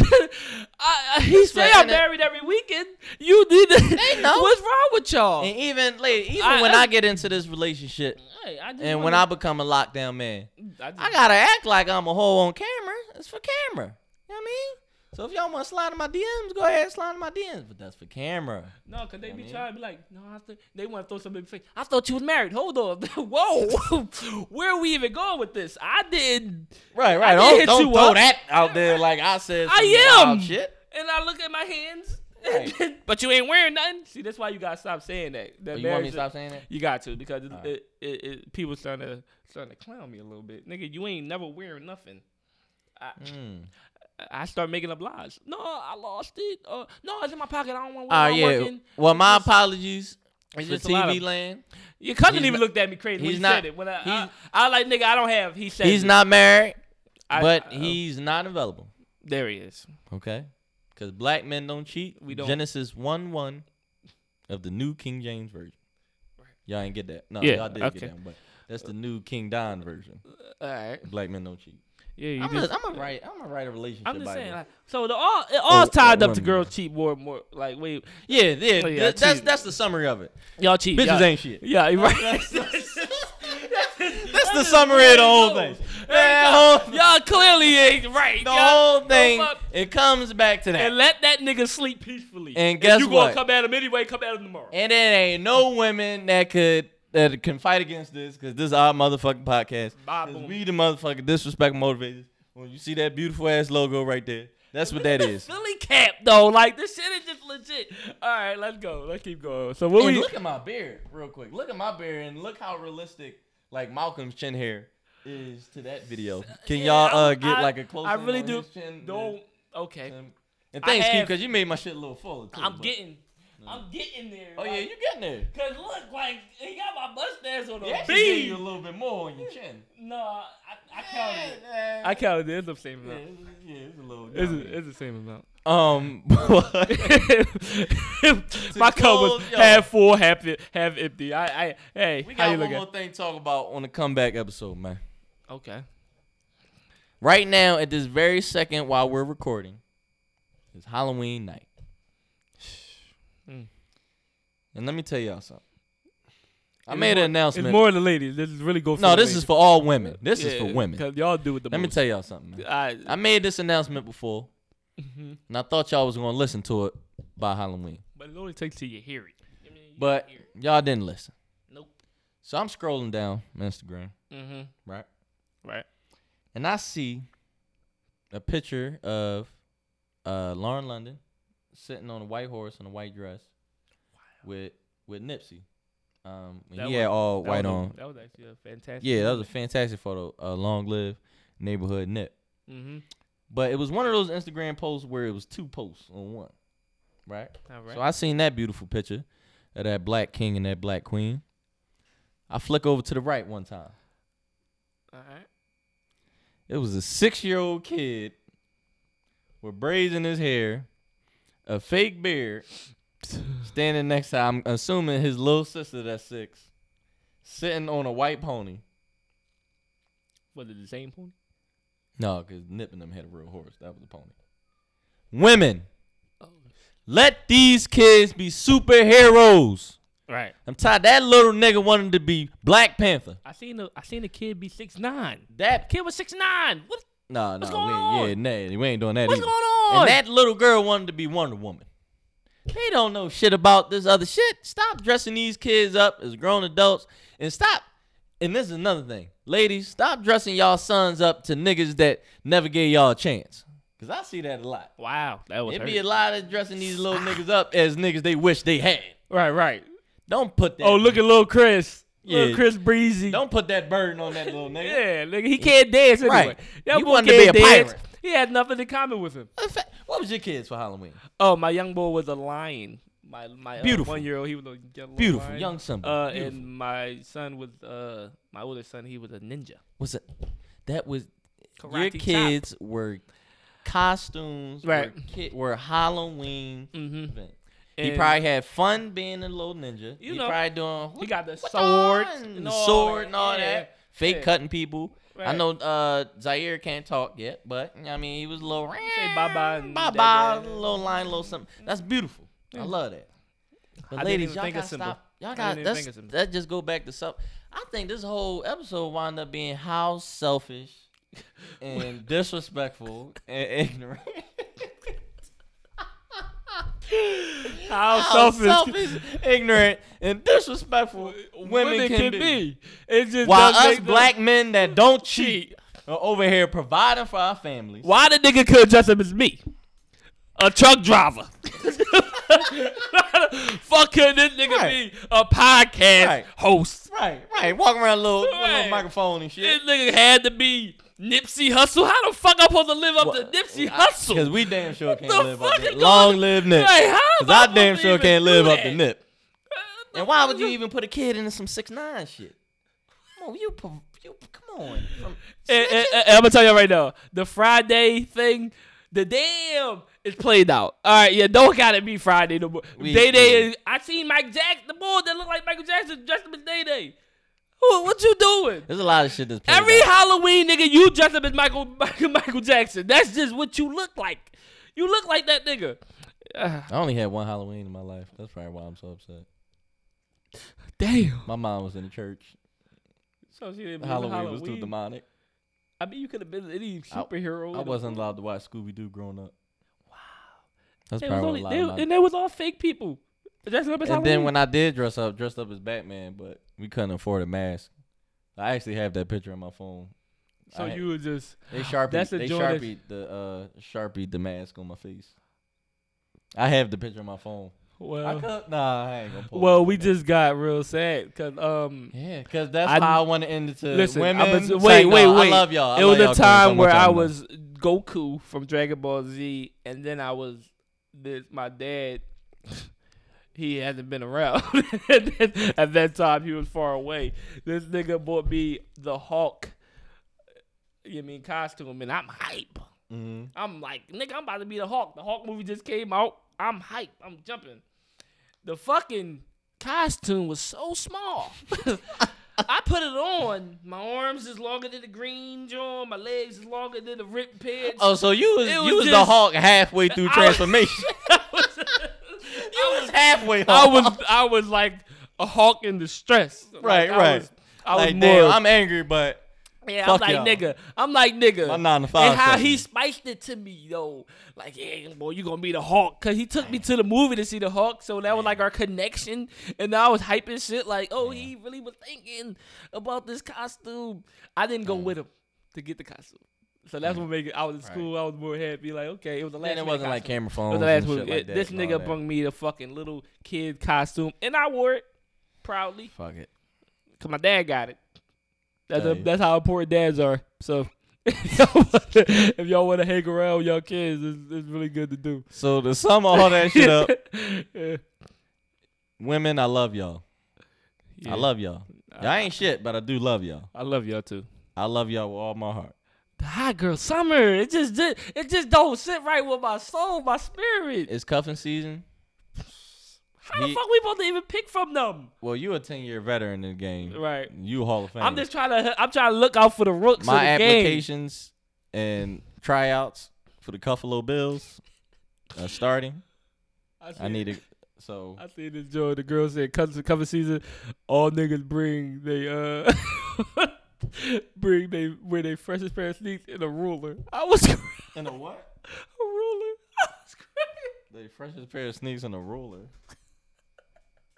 Speaker 2: I, I, he say
Speaker 1: like,
Speaker 2: I'm
Speaker 1: and it-
Speaker 2: married every weekend. You did.
Speaker 1: They know.
Speaker 2: What's wrong with y'all?
Speaker 1: And even, lady, even
Speaker 2: I-
Speaker 1: when
Speaker 2: I-
Speaker 1: I get into this relationship,
Speaker 2: Hey, I just
Speaker 1: and when I
Speaker 2: wanna-
Speaker 1: become a lockdown man,
Speaker 2: I, just,
Speaker 1: I gotta act like I'm a hoe on camera. It's for camera. You know what I mean? So if y'all want to slide in my DMs, go ahead and slide in my DMs. But that's for camera.
Speaker 2: No, cause they
Speaker 1: I
Speaker 2: be
Speaker 1: mean-
Speaker 2: trying to be like, no, I th- they want to throw something in your face. I thought you was married. Hold on, whoa, where are we even going with this? I did, and
Speaker 1: Right,
Speaker 2: I
Speaker 1: right.
Speaker 2: did
Speaker 1: Don't,
Speaker 2: hit
Speaker 1: don't
Speaker 2: you
Speaker 1: throw
Speaker 2: up.
Speaker 1: that out there like I said. Some
Speaker 2: I am.
Speaker 1: wild shit.
Speaker 2: I look at my hands,
Speaker 1: Right.
Speaker 2: but you ain't wearing nothing. See, that's why you gotta stop saying that. that
Speaker 1: Oh, you want me to
Speaker 2: marriage-
Speaker 1: stop saying that?
Speaker 2: You got to because it,
Speaker 1: Alright.
Speaker 2: it, it, it, people starting to starting to clown me a little bit. Nigga, you ain't never wearing nothing. I,
Speaker 1: Mm.
Speaker 2: I start making up lies. No, I lost it. Uh, no, it's in my pocket. I don't want to
Speaker 1: Oh
Speaker 2: wear it.
Speaker 1: yeah.
Speaker 2: Working.
Speaker 1: Well, my
Speaker 2: It's-
Speaker 1: apologies for
Speaker 2: it's just a lot
Speaker 1: TV
Speaker 2: of-
Speaker 1: land.
Speaker 2: Your cousin
Speaker 1: He's
Speaker 2: even
Speaker 1: not-
Speaker 2: looked at me crazy when
Speaker 1: he's
Speaker 2: he
Speaker 1: not-
Speaker 2: said it. When I, I,
Speaker 1: he's-
Speaker 2: I like nigga, I don't have. He said
Speaker 1: He's
Speaker 2: it.
Speaker 1: not married,
Speaker 2: I-
Speaker 1: but
Speaker 2: I-
Speaker 1: he's not available.
Speaker 2: there he is.
Speaker 1: Okay. Because black men don't cheat.
Speaker 2: We don't.
Speaker 1: Genesis 1 1 of the New King James Version. Y'all ain't get that. No,
Speaker 2: Yeah,
Speaker 1: y'all did
Speaker 2: okay.
Speaker 1: get that, one, but that's the new King Don version.
Speaker 2: All right.
Speaker 1: Black men don't cheat.
Speaker 2: Yeah, you
Speaker 1: I'm
Speaker 2: just.
Speaker 1: gonna I'm write. I'm gonna write a relationship.
Speaker 2: I'm just
Speaker 1: Bible.
Speaker 2: saying, like, so the all it all
Speaker 1: Oh,
Speaker 2: tied
Speaker 1: oh,
Speaker 2: up to
Speaker 1: women.
Speaker 2: girls cheat more and more. Like, wait,
Speaker 1: yeah, yeah.
Speaker 2: Oh, yeah,
Speaker 1: th- that's
Speaker 2: cheat.
Speaker 1: that's the summary of it.
Speaker 2: y'all cheat.
Speaker 1: Bitches
Speaker 2: y'all-
Speaker 1: ain't shit.
Speaker 2: Yeah, you're right.
Speaker 1: That's the summary of the whole thing. That whole,
Speaker 2: Y'all clearly ain't right.
Speaker 1: the
Speaker 2: y'all,
Speaker 1: whole thing.
Speaker 2: fuck.
Speaker 1: it comes back to that.
Speaker 2: And let that nigga sleep peacefully.
Speaker 1: And
Speaker 2: If
Speaker 1: guess
Speaker 2: you
Speaker 1: what?
Speaker 2: gonna come at him anyway, come at him tomorrow.
Speaker 1: And it ain't no women that could that can fight against this because this is our motherfucking podcast.
Speaker 2: Bye,
Speaker 1: 'Cause
Speaker 2: boom.
Speaker 1: We the motherfucking disrespect motivators. When you see that beautiful ass logo right there, that's what that is.
Speaker 2: Philly cap though, like this shit is just legit. All right, let's go. Let's keep going. So what
Speaker 1: And
Speaker 2: we?
Speaker 1: look at my beard real quick. Look at my beard and look how realistic like Malcolm's chin hair is to that video. Can
Speaker 2: Yeah,
Speaker 1: y'all
Speaker 2: I-
Speaker 1: uh get
Speaker 2: I-
Speaker 1: like a close?
Speaker 2: I
Speaker 1: in
Speaker 2: really
Speaker 1: on
Speaker 2: do.
Speaker 1: his Chin,
Speaker 2: Don't. Okay,
Speaker 1: And, and
Speaker 2: I
Speaker 1: thanks, Keith,
Speaker 2: have-
Speaker 1: because you made my shit a little fuller. Too,
Speaker 2: I'm
Speaker 1: but-
Speaker 2: getting. I'm getting there.
Speaker 1: Oh yeah,
Speaker 2: like,
Speaker 1: you getting there.
Speaker 2: Cause look, like he got my mustache on
Speaker 1: Yeah,
Speaker 2: a
Speaker 1: gave you a
Speaker 2: beam.
Speaker 1: little bit more on your chin.
Speaker 2: No, I, I counted it.
Speaker 1: Yeah,
Speaker 2: I counted it. It's the same
Speaker 1: Yeah,
Speaker 2: amount.
Speaker 1: it's- yeah, it's a little. amount.
Speaker 2: It's, a, it's the same amount.
Speaker 1: um,
Speaker 2: My cup was
Speaker 1: close, yo.
Speaker 2: half full, half e- half empty. I, I hey,
Speaker 1: we got
Speaker 2: how you
Speaker 1: one
Speaker 2: looking?
Speaker 1: more thing to talk about on the comeback episode, man.
Speaker 2: Okay.
Speaker 1: Right now, at this very second while we're recording, it's Halloween night. Hmm.
Speaker 2: Mm.
Speaker 1: And let me tell y'all something. I
Speaker 2: It's
Speaker 1: made
Speaker 2: more-
Speaker 1: an announcement.
Speaker 2: It's more of the ladies. This is really go. For
Speaker 1: no,
Speaker 2: the
Speaker 1: this
Speaker 2: ladies.
Speaker 1: is for all women. This is for
Speaker 2: Yeah,
Speaker 1: women.
Speaker 2: 'cause y'all do it the
Speaker 1: Let me
Speaker 2: most.
Speaker 1: tell y'all something. man.
Speaker 2: I,
Speaker 1: I made this announcement before,
Speaker 2: mhm.
Speaker 1: and I thought y'all was gonna listen to it by Halloween,
Speaker 2: But it only takes till you hear it. I mean, you
Speaker 1: but
Speaker 2: hear it.
Speaker 1: y'all didn't listen.
Speaker 2: nope.
Speaker 1: So I'm scrolling down my Instagram,
Speaker 2: Mm-hmm.
Speaker 1: right,
Speaker 2: Right.
Speaker 1: and I see a picture of uh, Lauren London sitting on a white horse in a white dress with with Nipsey. Um, and
Speaker 2: That
Speaker 1: he had
Speaker 2: was-
Speaker 1: all
Speaker 2: That
Speaker 1: white
Speaker 2: was a-
Speaker 1: on.
Speaker 2: that was actually a fantastic.
Speaker 1: Yeah, that was a fantastic photo. Uh, long live neighborhood Nip.
Speaker 2: Mm-hmm.
Speaker 1: But it was one of those Instagram posts where it was two posts on one, right?
Speaker 2: All
Speaker 1: So I seen that beautiful picture of that black king and that black queen. I flick over to the right one time.
Speaker 2: All right.
Speaker 1: It was a six year old kid with braids in his hair, a fake beard, standing next to, I'm assuming his little sister that's six, sitting on a white pony.
Speaker 2: Was it the same pony?
Speaker 1: No, because Nip and them had a real horse. That was a pony. Women, let these kids be superheroes.
Speaker 2: Right.
Speaker 1: I'm tired. That little nigga wanted to be Black Panther.
Speaker 2: I seen a I seen a kid be six nine.
Speaker 1: That
Speaker 2: Kid was six nine. What
Speaker 1: No,
Speaker 2: What's
Speaker 1: no, we
Speaker 2: going
Speaker 1: ain't, yeah, nah, we ain't doing that.
Speaker 2: what's
Speaker 1: either.
Speaker 2: going on?
Speaker 1: And that little girl wanted to be Wonder Woman. They don't know shit about this other shit. Stop dressing these kids up as grown adults and stop. And this is another thing, ladies, stop dressing y'all sons up to niggas that never gave y'all a chance. Cause I see that a lot.
Speaker 2: wow, that was
Speaker 1: It
Speaker 2: hurt. Ah.
Speaker 1: be a lot of dressing these little niggas up as niggas they wish they had.
Speaker 2: right, right.
Speaker 1: Don't put that.
Speaker 2: Oh, look at little Chris.
Speaker 1: Yeah.
Speaker 2: Little Chris Breezy.
Speaker 1: Don't put that burden on that little nigga.
Speaker 2: yeah, nigga, he can't dance anyway.
Speaker 1: Right.
Speaker 2: That
Speaker 1: He
Speaker 2: boy
Speaker 1: wanted to be
Speaker 2: can't
Speaker 1: a
Speaker 2: dance.
Speaker 1: pirate.
Speaker 2: He had nothing in common with him.
Speaker 1: In fact, What was your kids for Halloween?
Speaker 2: Oh, my young boy was a lion. My my uh,
Speaker 1: Beautiful.
Speaker 2: one year old, he was a yellow
Speaker 1: Beautiful,
Speaker 2: lion.
Speaker 1: young Simba.
Speaker 2: Uh,
Speaker 1: Beautiful.
Speaker 2: and my son was uh my older son, he was a ninja.
Speaker 1: was it that was your
Speaker 2: Karate Chop.
Speaker 1: kids were costumes
Speaker 2: Right.
Speaker 1: were, ki- were Halloween
Speaker 2: Mm-hmm.
Speaker 1: event. He
Speaker 2: And-
Speaker 1: probably had fun being a little ninja.
Speaker 2: You
Speaker 1: he
Speaker 2: know,
Speaker 1: probably doing
Speaker 2: He got the
Speaker 1: "What
Speaker 2: sword
Speaker 1: on?"
Speaker 2: and
Speaker 1: and the
Speaker 2: all
Speaker 1: sword
Speaker 2: that.
Speaker 1: and all
Speaker 2: Yeah.
Speaker 1: that. Fake
Speaker 2: Yeah.
Speaker 1: cutting people. I
Speaker 2: Right.
Speaker 1: know uh, Zaire can't talk yet, but I mean he was a little
Speaker 2: say bye-bye and
Speaker 1: bye
Speaker 2: da-da.
Speaker 1: bye, little line, little something. That's beautiful. I love that. But
Speaker 2: I didn't
Speaker 1: ladies,
Speaker 2: even
Speaker 1: y'all
Speaker 2: think of
Speaker 1: gotta
Speaker 2: Simba.
Speaker 1: stop. Y'all
Speaker 2: I
Speaker 1: got
Speaker 2: didn't even
Speaker 1: that's
Speaker 2: think of Simba.
Speaker 1: that just go back to something. I think this whole episode wound up being how selfish and disrespectful and ignorant.
Speaker 2: How,
Speaker 1: How
Speaker 2: selfish,
Speaker 1: selfish, ignorant, and disrespectful women, can, be.
Speaker 2: It just
Speaker 1: While
Speaker 2: doesn't
Speaker 1: us
Speaker 2: make no-
Speaker 1: black men that don't cheat are over here providing for our families.
Speaker 2: Why the nigga could dress up as me? A truck driver. Fuck could this nigga
Speaker 1: Right.
Speaker 2: be a podcast
Speaker 1: Right.
Speaker 2: host?
Speaker 1: Right, right. Walking around little, with a little
Speaker 2: Right.
Speaker 1: microphone and shit.
Speaker 2: This nigga had to be Nipsey Hustle. How the fuck I'm supposed to live up
Speaker 1: Well,
Speaker 2: to Nipsey
Speaker 1: I-
Speaker 2: Hustle?
Speaker 1: Because we damn sure can't
Speaker 2: the
Speaker 1: live up
Speaker 2: fuck
Speaker 1: to
Speaker 2: is going
Speaker 1: Long
Speaker 2: on?
Speaker 1: live Nip.
Speaker 2: Like, how am
Speaker 1: Because I
Speaker 2: supposed
Speaker 1: damn
Speaker 2: to
Speaker 1: sure
Speaker 2: even
Speaker 1: can't
Speaker 2: do
Speaker 1: live up to
Speaker 2: that?
Speaker 1: Nip.
Speaker 2: Uh,
Speaker 1: And why would you even put a kid into some six nine shit? Come on, you, pro- you come on. From-
Speaker 2: And, and- and- and I'm gonna eh, tell you right now, the Friday thing, the damn is played out. All right, yeah, don't gotta be Friday no more.
Speaker 1: We-
Speaker 2: Day Day
Speaker 1: we-
Speaker 2: is. I seen Mike Jackson, the boy that looked like Michael Jackson dressed up as Day Day. What, what you doing?
Speaker 1: There's a lot of shit that's played
Speaker 2: Every
Speaker 1: out.
Speaker 2: Halloween, nigga, you dressed up as Michael, Michael Michael Jackson. That's just what you look like. You look like that nigga. Ah,
Speaker 1: I only had one Halloween in my life. That's probably why I'm so upset.
Speaker 2: damn.
Speaker 1: My mom was in the church.
Speaker 2: So she didn't
Speaker 1: Halloween,
Speaker 2: Halloween,
Speaker 1: was too demonic.
Speaker 2: I mean, you could have been any
Speaker 1: I-
Speaker 2: superhero.
Speaker 1: I wasn't allowed to watch Scooby Doo growing up. Wow. That's
Speaker 2: They was
Speaker 1: probably
Speaker 2: only,
Speaker 1: a
Speaker 2: they,
Speaker 1: lot.
Speaker 2: and they was all fake people. That's not
Speaker 1: And then when I did dress up, dressed up as Batman, but we couldn't afford a mask. I actually have that picture on my phone.
Speaker 2: so
Speaker 1: I-
Speaker 2: you were just
Speaker 1: They sharpie.
Speaker 2: That's the
Speaker 1: they
Speaker 2: joint that's-
Speaker 1: sharpie the uh sharpie the mask on my face. I have the picture on my phone. I
Speaker 2: well.
Speaker 1: could, nah, I ain't gonna pull.
Speaker 2: Uh, Well,
Speaker 1: it.
Speaker 2: we just got real sad because um,
Speaker 1: yeah, cause that's
Speaker 2: I-
Speaker 1: how I want to end it to
Speaker 2: listen,
Speaker 1: women.
Speaker 2: I was,
Speaker 1: Say,
Speaker 2: wait,
Speaker 1: no,
Speaker 2: wait, wait.
Speaker 1: I love y'all. I
Speaker 2: it
Speaker 1: love
Speaker 2: was
Speaker 1: y'all
Speaker 2: a
Speaker 1: 'cause there's so
Speaker 2: time
Speaker 1: much
Speaker 2: where I
Speaker 1: y'all know.
Speaker 2: was Goku from Dragon Ball Z, and then I was this. My dad, he hasn't been around at that time. He was far away. This nigga bought me the Hulk. You mean costume, and I'm hype.
Speaker 1: Mm-hmm.
Speaker 2: I'm like, nigga, I'm about to be the Hawk. The Hawk movie just came out. I'm hyped. I'm jumping. The fucking costume was so small. I put it on. My arms is longer than the green John. My legs is longer than the ripped pants.
Speaker 1: Oh, so you was,
Speaker 2: It
Speaker 1: you
Speaker 2: was
Speaker 1: was the
Speaker 2: just-
Speaker 1: Hulk halfway through
Speaker 2: I-
Speaker 1: transformation.
Speaker 2: I was,
Speaker 1: you was halfway.
Speaker 2: I
Speaker 1: Hulk.
Speaker 2: was, I was like a hawk in distress. Like,
Speaker 1: Right,
Speaker 2: I
Speaker 1: right.
Speaker 2: was- I was
Speaker 1: like,
Speaker 2: more-
Speaker 1: damn, I'm angry, but
Speaker 2: Yeah,
Speaker 1: Fuck
Speaker 2: I'm
Speaker 1: y'all.
Speaker 2: like nigga. I'm like nigga.
Speaker 1: My nine to five
Speaker 2: And how
Speaker 1: sucks.
Speaker 2: he spiced it to me though. Like, yeah, boy, you gonna be the Hawk. Cause he took me to the movie to see the Hawk, so that was like our connection. And I was hyping shit like, oh, he really was thinking about this costume. I didn't
Speaker 1: Mm.
Speaker 2: go with him to get the costume. So that's what made it. I was in school. I was more happy. Like, okay, it was the last.
Speaker 1: then Mm. it
Speaker 2: minute
Speaker 1: wasn't like
Speaker 2: costume.
Speaker 1: camera
Speaker 2: It was
Speaker 1: phones.
Speaker 2: the last
Speaker 1: and
Speaker 2: movie.
Speaker 1: shit like
Speaker 2: It-
Speaker 1: that
Speaker 2: this
Speaker 1: and all
Speaker 2: nigga
Speaker 1: that.
Speaker 2: brought me the fucking little kid costume, and I wore it proudly.
Speaker 1: Fuck it.
Speaker 2: Cause my dad got it. That's
Speaker 1: Nice.
Speaker 2: that's how important dads are. So if y'all want to hang around with your kids, it's, it's really good to do.
Speaker 1: So to sum all that shit up,
Speaker 2: Yeah.
Speaker 1: women, I love y'all.
Speaker 2: Yeah.
Speaker 1: I love y'all. Y'all ain't shit, but I do love y'all.
Speaker 2: I love y'all too.
Speaker 1: I love y'all with all my heart.
Speaker 2: The hot girl summer. It just did. It just don't sit right with my soul, my spirit.
Speaker 1: It's cuffing season.
Speaker 2: How
Speaker 1: He-
Speaker 2: the fuck we supposed to even pick from them?
Speaker 1: Well, you a ten year veteran in the game.
Speaker 2: Right.
Speaker 1: You Hall of Fame.
Speaker 2: I'm just trying to. I'm trying to look out for the rooks
Speaker 1: my
Speaker 2: of the game.
Speaker 1: applications and tryouts for the Buffalo Bills are starting. I
Speaker 2: see-
Speaker 1: need to. So
Speaker 2: I seen this joke. The girl said, "Cover, cover season, all niggas bring they uh bring they wear they freshest pair of sneakers and a ruler." I was crying.
Speaker 1: in a what?
Speaker 2: a ruler. I was crying.
Speaker 1: The freshest pair of sneakers and a ruler.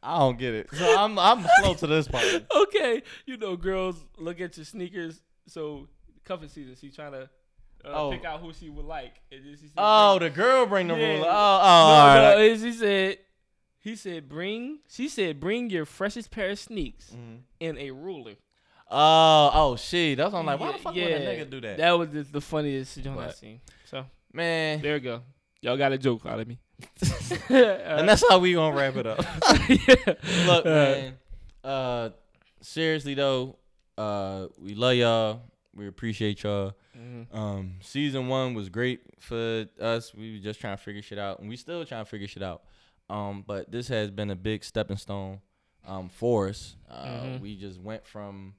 Speaker 1: I don't get it. So I'm I'm slow to this part.
Speaker 2: Okay, you know, girls look at your sneakers. So cover season, she trying to. Uh,
Speaker 1: Oh.
Speaker 2: Pick out who she would like. And then she said,
Speaker 1: Oh,
Speaker 2: "Bring-"
Speaker 1: the girl bring the
Speaker 2: Yeah.
Speaker 1: ruler. Oh, oh,
Speaker 2: no,
Speaker 1: all
Speaker 2: no,
Speaker 1: right.
Speaker 2: and she said, he said, bring, she said, bring your freshest pair of sneaks
Speaker 1: Mhm.
Speaker 2: and a ruler.
Speaker 1: Oh, oh, shit. That's what I'm like. Why the fuck would a
Speaker 2: Yeah,
Speaker 1: nigga do that?
Speaker 2: That was just the funniest joke I've
Speaker 1: But-
Speaker 2: seen. So.
Speaker 1: Man.
Speaker 2: There we go. Y'all got a joke out of me.
Speaker 1: And that's how we gonna wrap it up. Look,
Speaker 2: Uh,
Speaker 1: man. Uh, seriously though, uh, we love y'all. We appreciate y'all.
Speaker 2: Mm-hmm.
Speaker 1: Um, season one was great for us. We were just trying to figure shit out, and we still trying to figure shit out. Um, but this has been a big stepping stone, um, for us. Uh,
Speaker 2: Mhm.
Speaker 1: we just went from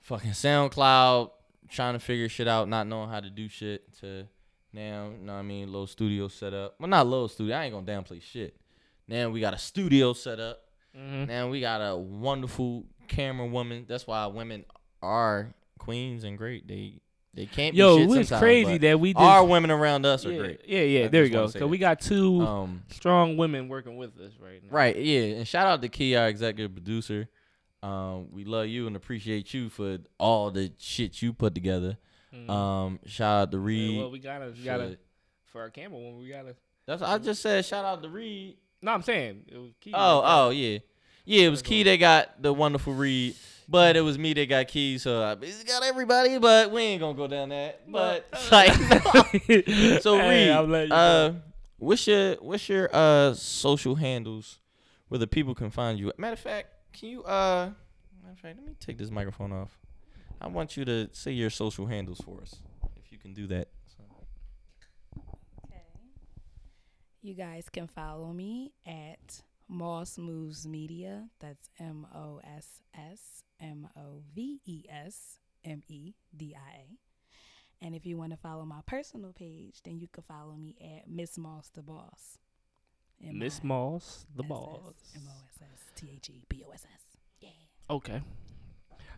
Speaker 1: fucking SoundCloud trying to figure shit out, not knowing how to do shit, to now, you know what I mean, little studio set up. Well, not little studio. I ain't gonna downplay shit. Now we got a studio set up.
Speaker 2: Mhm.
Speaker 1: Now we got a wonderful camera woman. That's why women are queens and great. They they can't be
Speaker 2: Yo,
Speaker 1: shit
Speaker 2: it was
Speaker 1: sometimes,
Speaker 2: crazy
Speaker 1: but
Speaker 2: that we just,
Speaker 1: our women around us are
Speaker 2: yeah,
Speaker 1: great.
Speaker 2: Yeah, yeah.
Speaker 1: I
Speaker 2: there we
Speaker 1: just
Speaker 2: go.
Speaker 1: wanna say
Speaker 2: So
Speaker 1: that.
Speaker 2: we got two
Speaker 1: Um,
Speaker 2: strong women working with us right now.
Speaker 1: right, yeah, and shout out to Key, our executive producer. Um, we love you and appreciate you for all the shit you put together.
Speaker 2: Mhm.
Speaker 1: Um, shout out to Reed.
Speaker 2: Yeah, well, we gotta, we
Speaker 1: for-
Speaker 2: gotta for our camera woman. We gotta.
Speaker 1: that's I just said shout out to Reed.
Speaker 2: No, I'm saying it was key.
Speaker 1: Oh, oh yeah, yeah. It was Key that got the wonderful read, but it was me that got Key. So I basically got everybody, but we ain't gonna go down that. But like, so
Speaker 2: uh, Hey,
Speaker 1: Reed,
Speaker 2: I'm letting you know.
Speaker 1: uh, what's your what's your uh social handles where the people can find you? Matter of fact, can you uh, matter of fact, let me take this microphone off. I want you to say your social handles for us, if you can do that.
Speaker 3: Okay. You guys can follow me at Moss Moves Media. That's M O S S M O V E S M E D I A. And if you want to follow my personal page, then you can follow me at Miss Moss the Boss.
Speaker 2: Miss Moss, the boss.
Speaker 3: M O S S T H E B O S S. Yeah.
Speaker 2: Okay.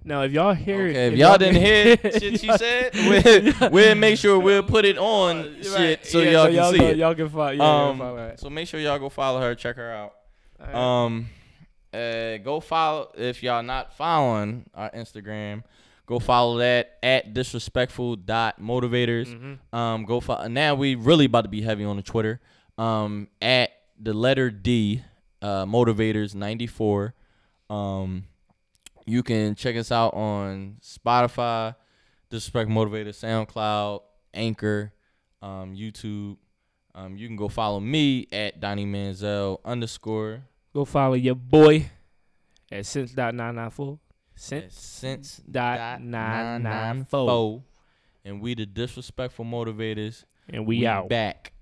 Speaker 2: Now, if y'all hear it,
Speaker 1: Okay, if y'all didn't hear shit she
Speaker 2: y'all-
Speaker 1: said, we'll, we'll make sure we'll put it on
Speaker 2: Right,
Speaker 1: shit so
Speaker 2: yeah,
Speaker 1: y'all can see
Speaker 2: go-
Speaker 1: it.
Speaker 2: Y'all can find. Yeah, y'all
Speaker 1: Um,
Speaker 2: follow Oh, it.
Speaker 1: So make sure y'all go follow her, check her out.
Speaker 2: Alright.
Speaker 1: Um, uh, go follow if y'all not following our Instagram. Go follow that at disrespectful dot motivators.
Speaker 2: Mhm.
Speaker 1: Um, go follow. Now we really about to be heavy on the Twitter. Um, at the letter D, uh, motivators ninety four. Um, you can check us out on Spotify, Disrespect Motivator, SoundCloud, Anchor, um, YouTube. Um, you can go follow me at Donnie Manziel underscore
Speaker 2: Go follow your boy at since dot nine nine four.
Speaker 1: at
Speaker 2: Since
Speaker 1: since
Speaker 2: dot
Speaker 1: dot
Speaker 2: nine nine
Speaker 1: nine
Speaker 2: four.
Speaker 1: four. and we the disrespectful motivators.
Speaker 2: And we, out.
Speaker 1: back.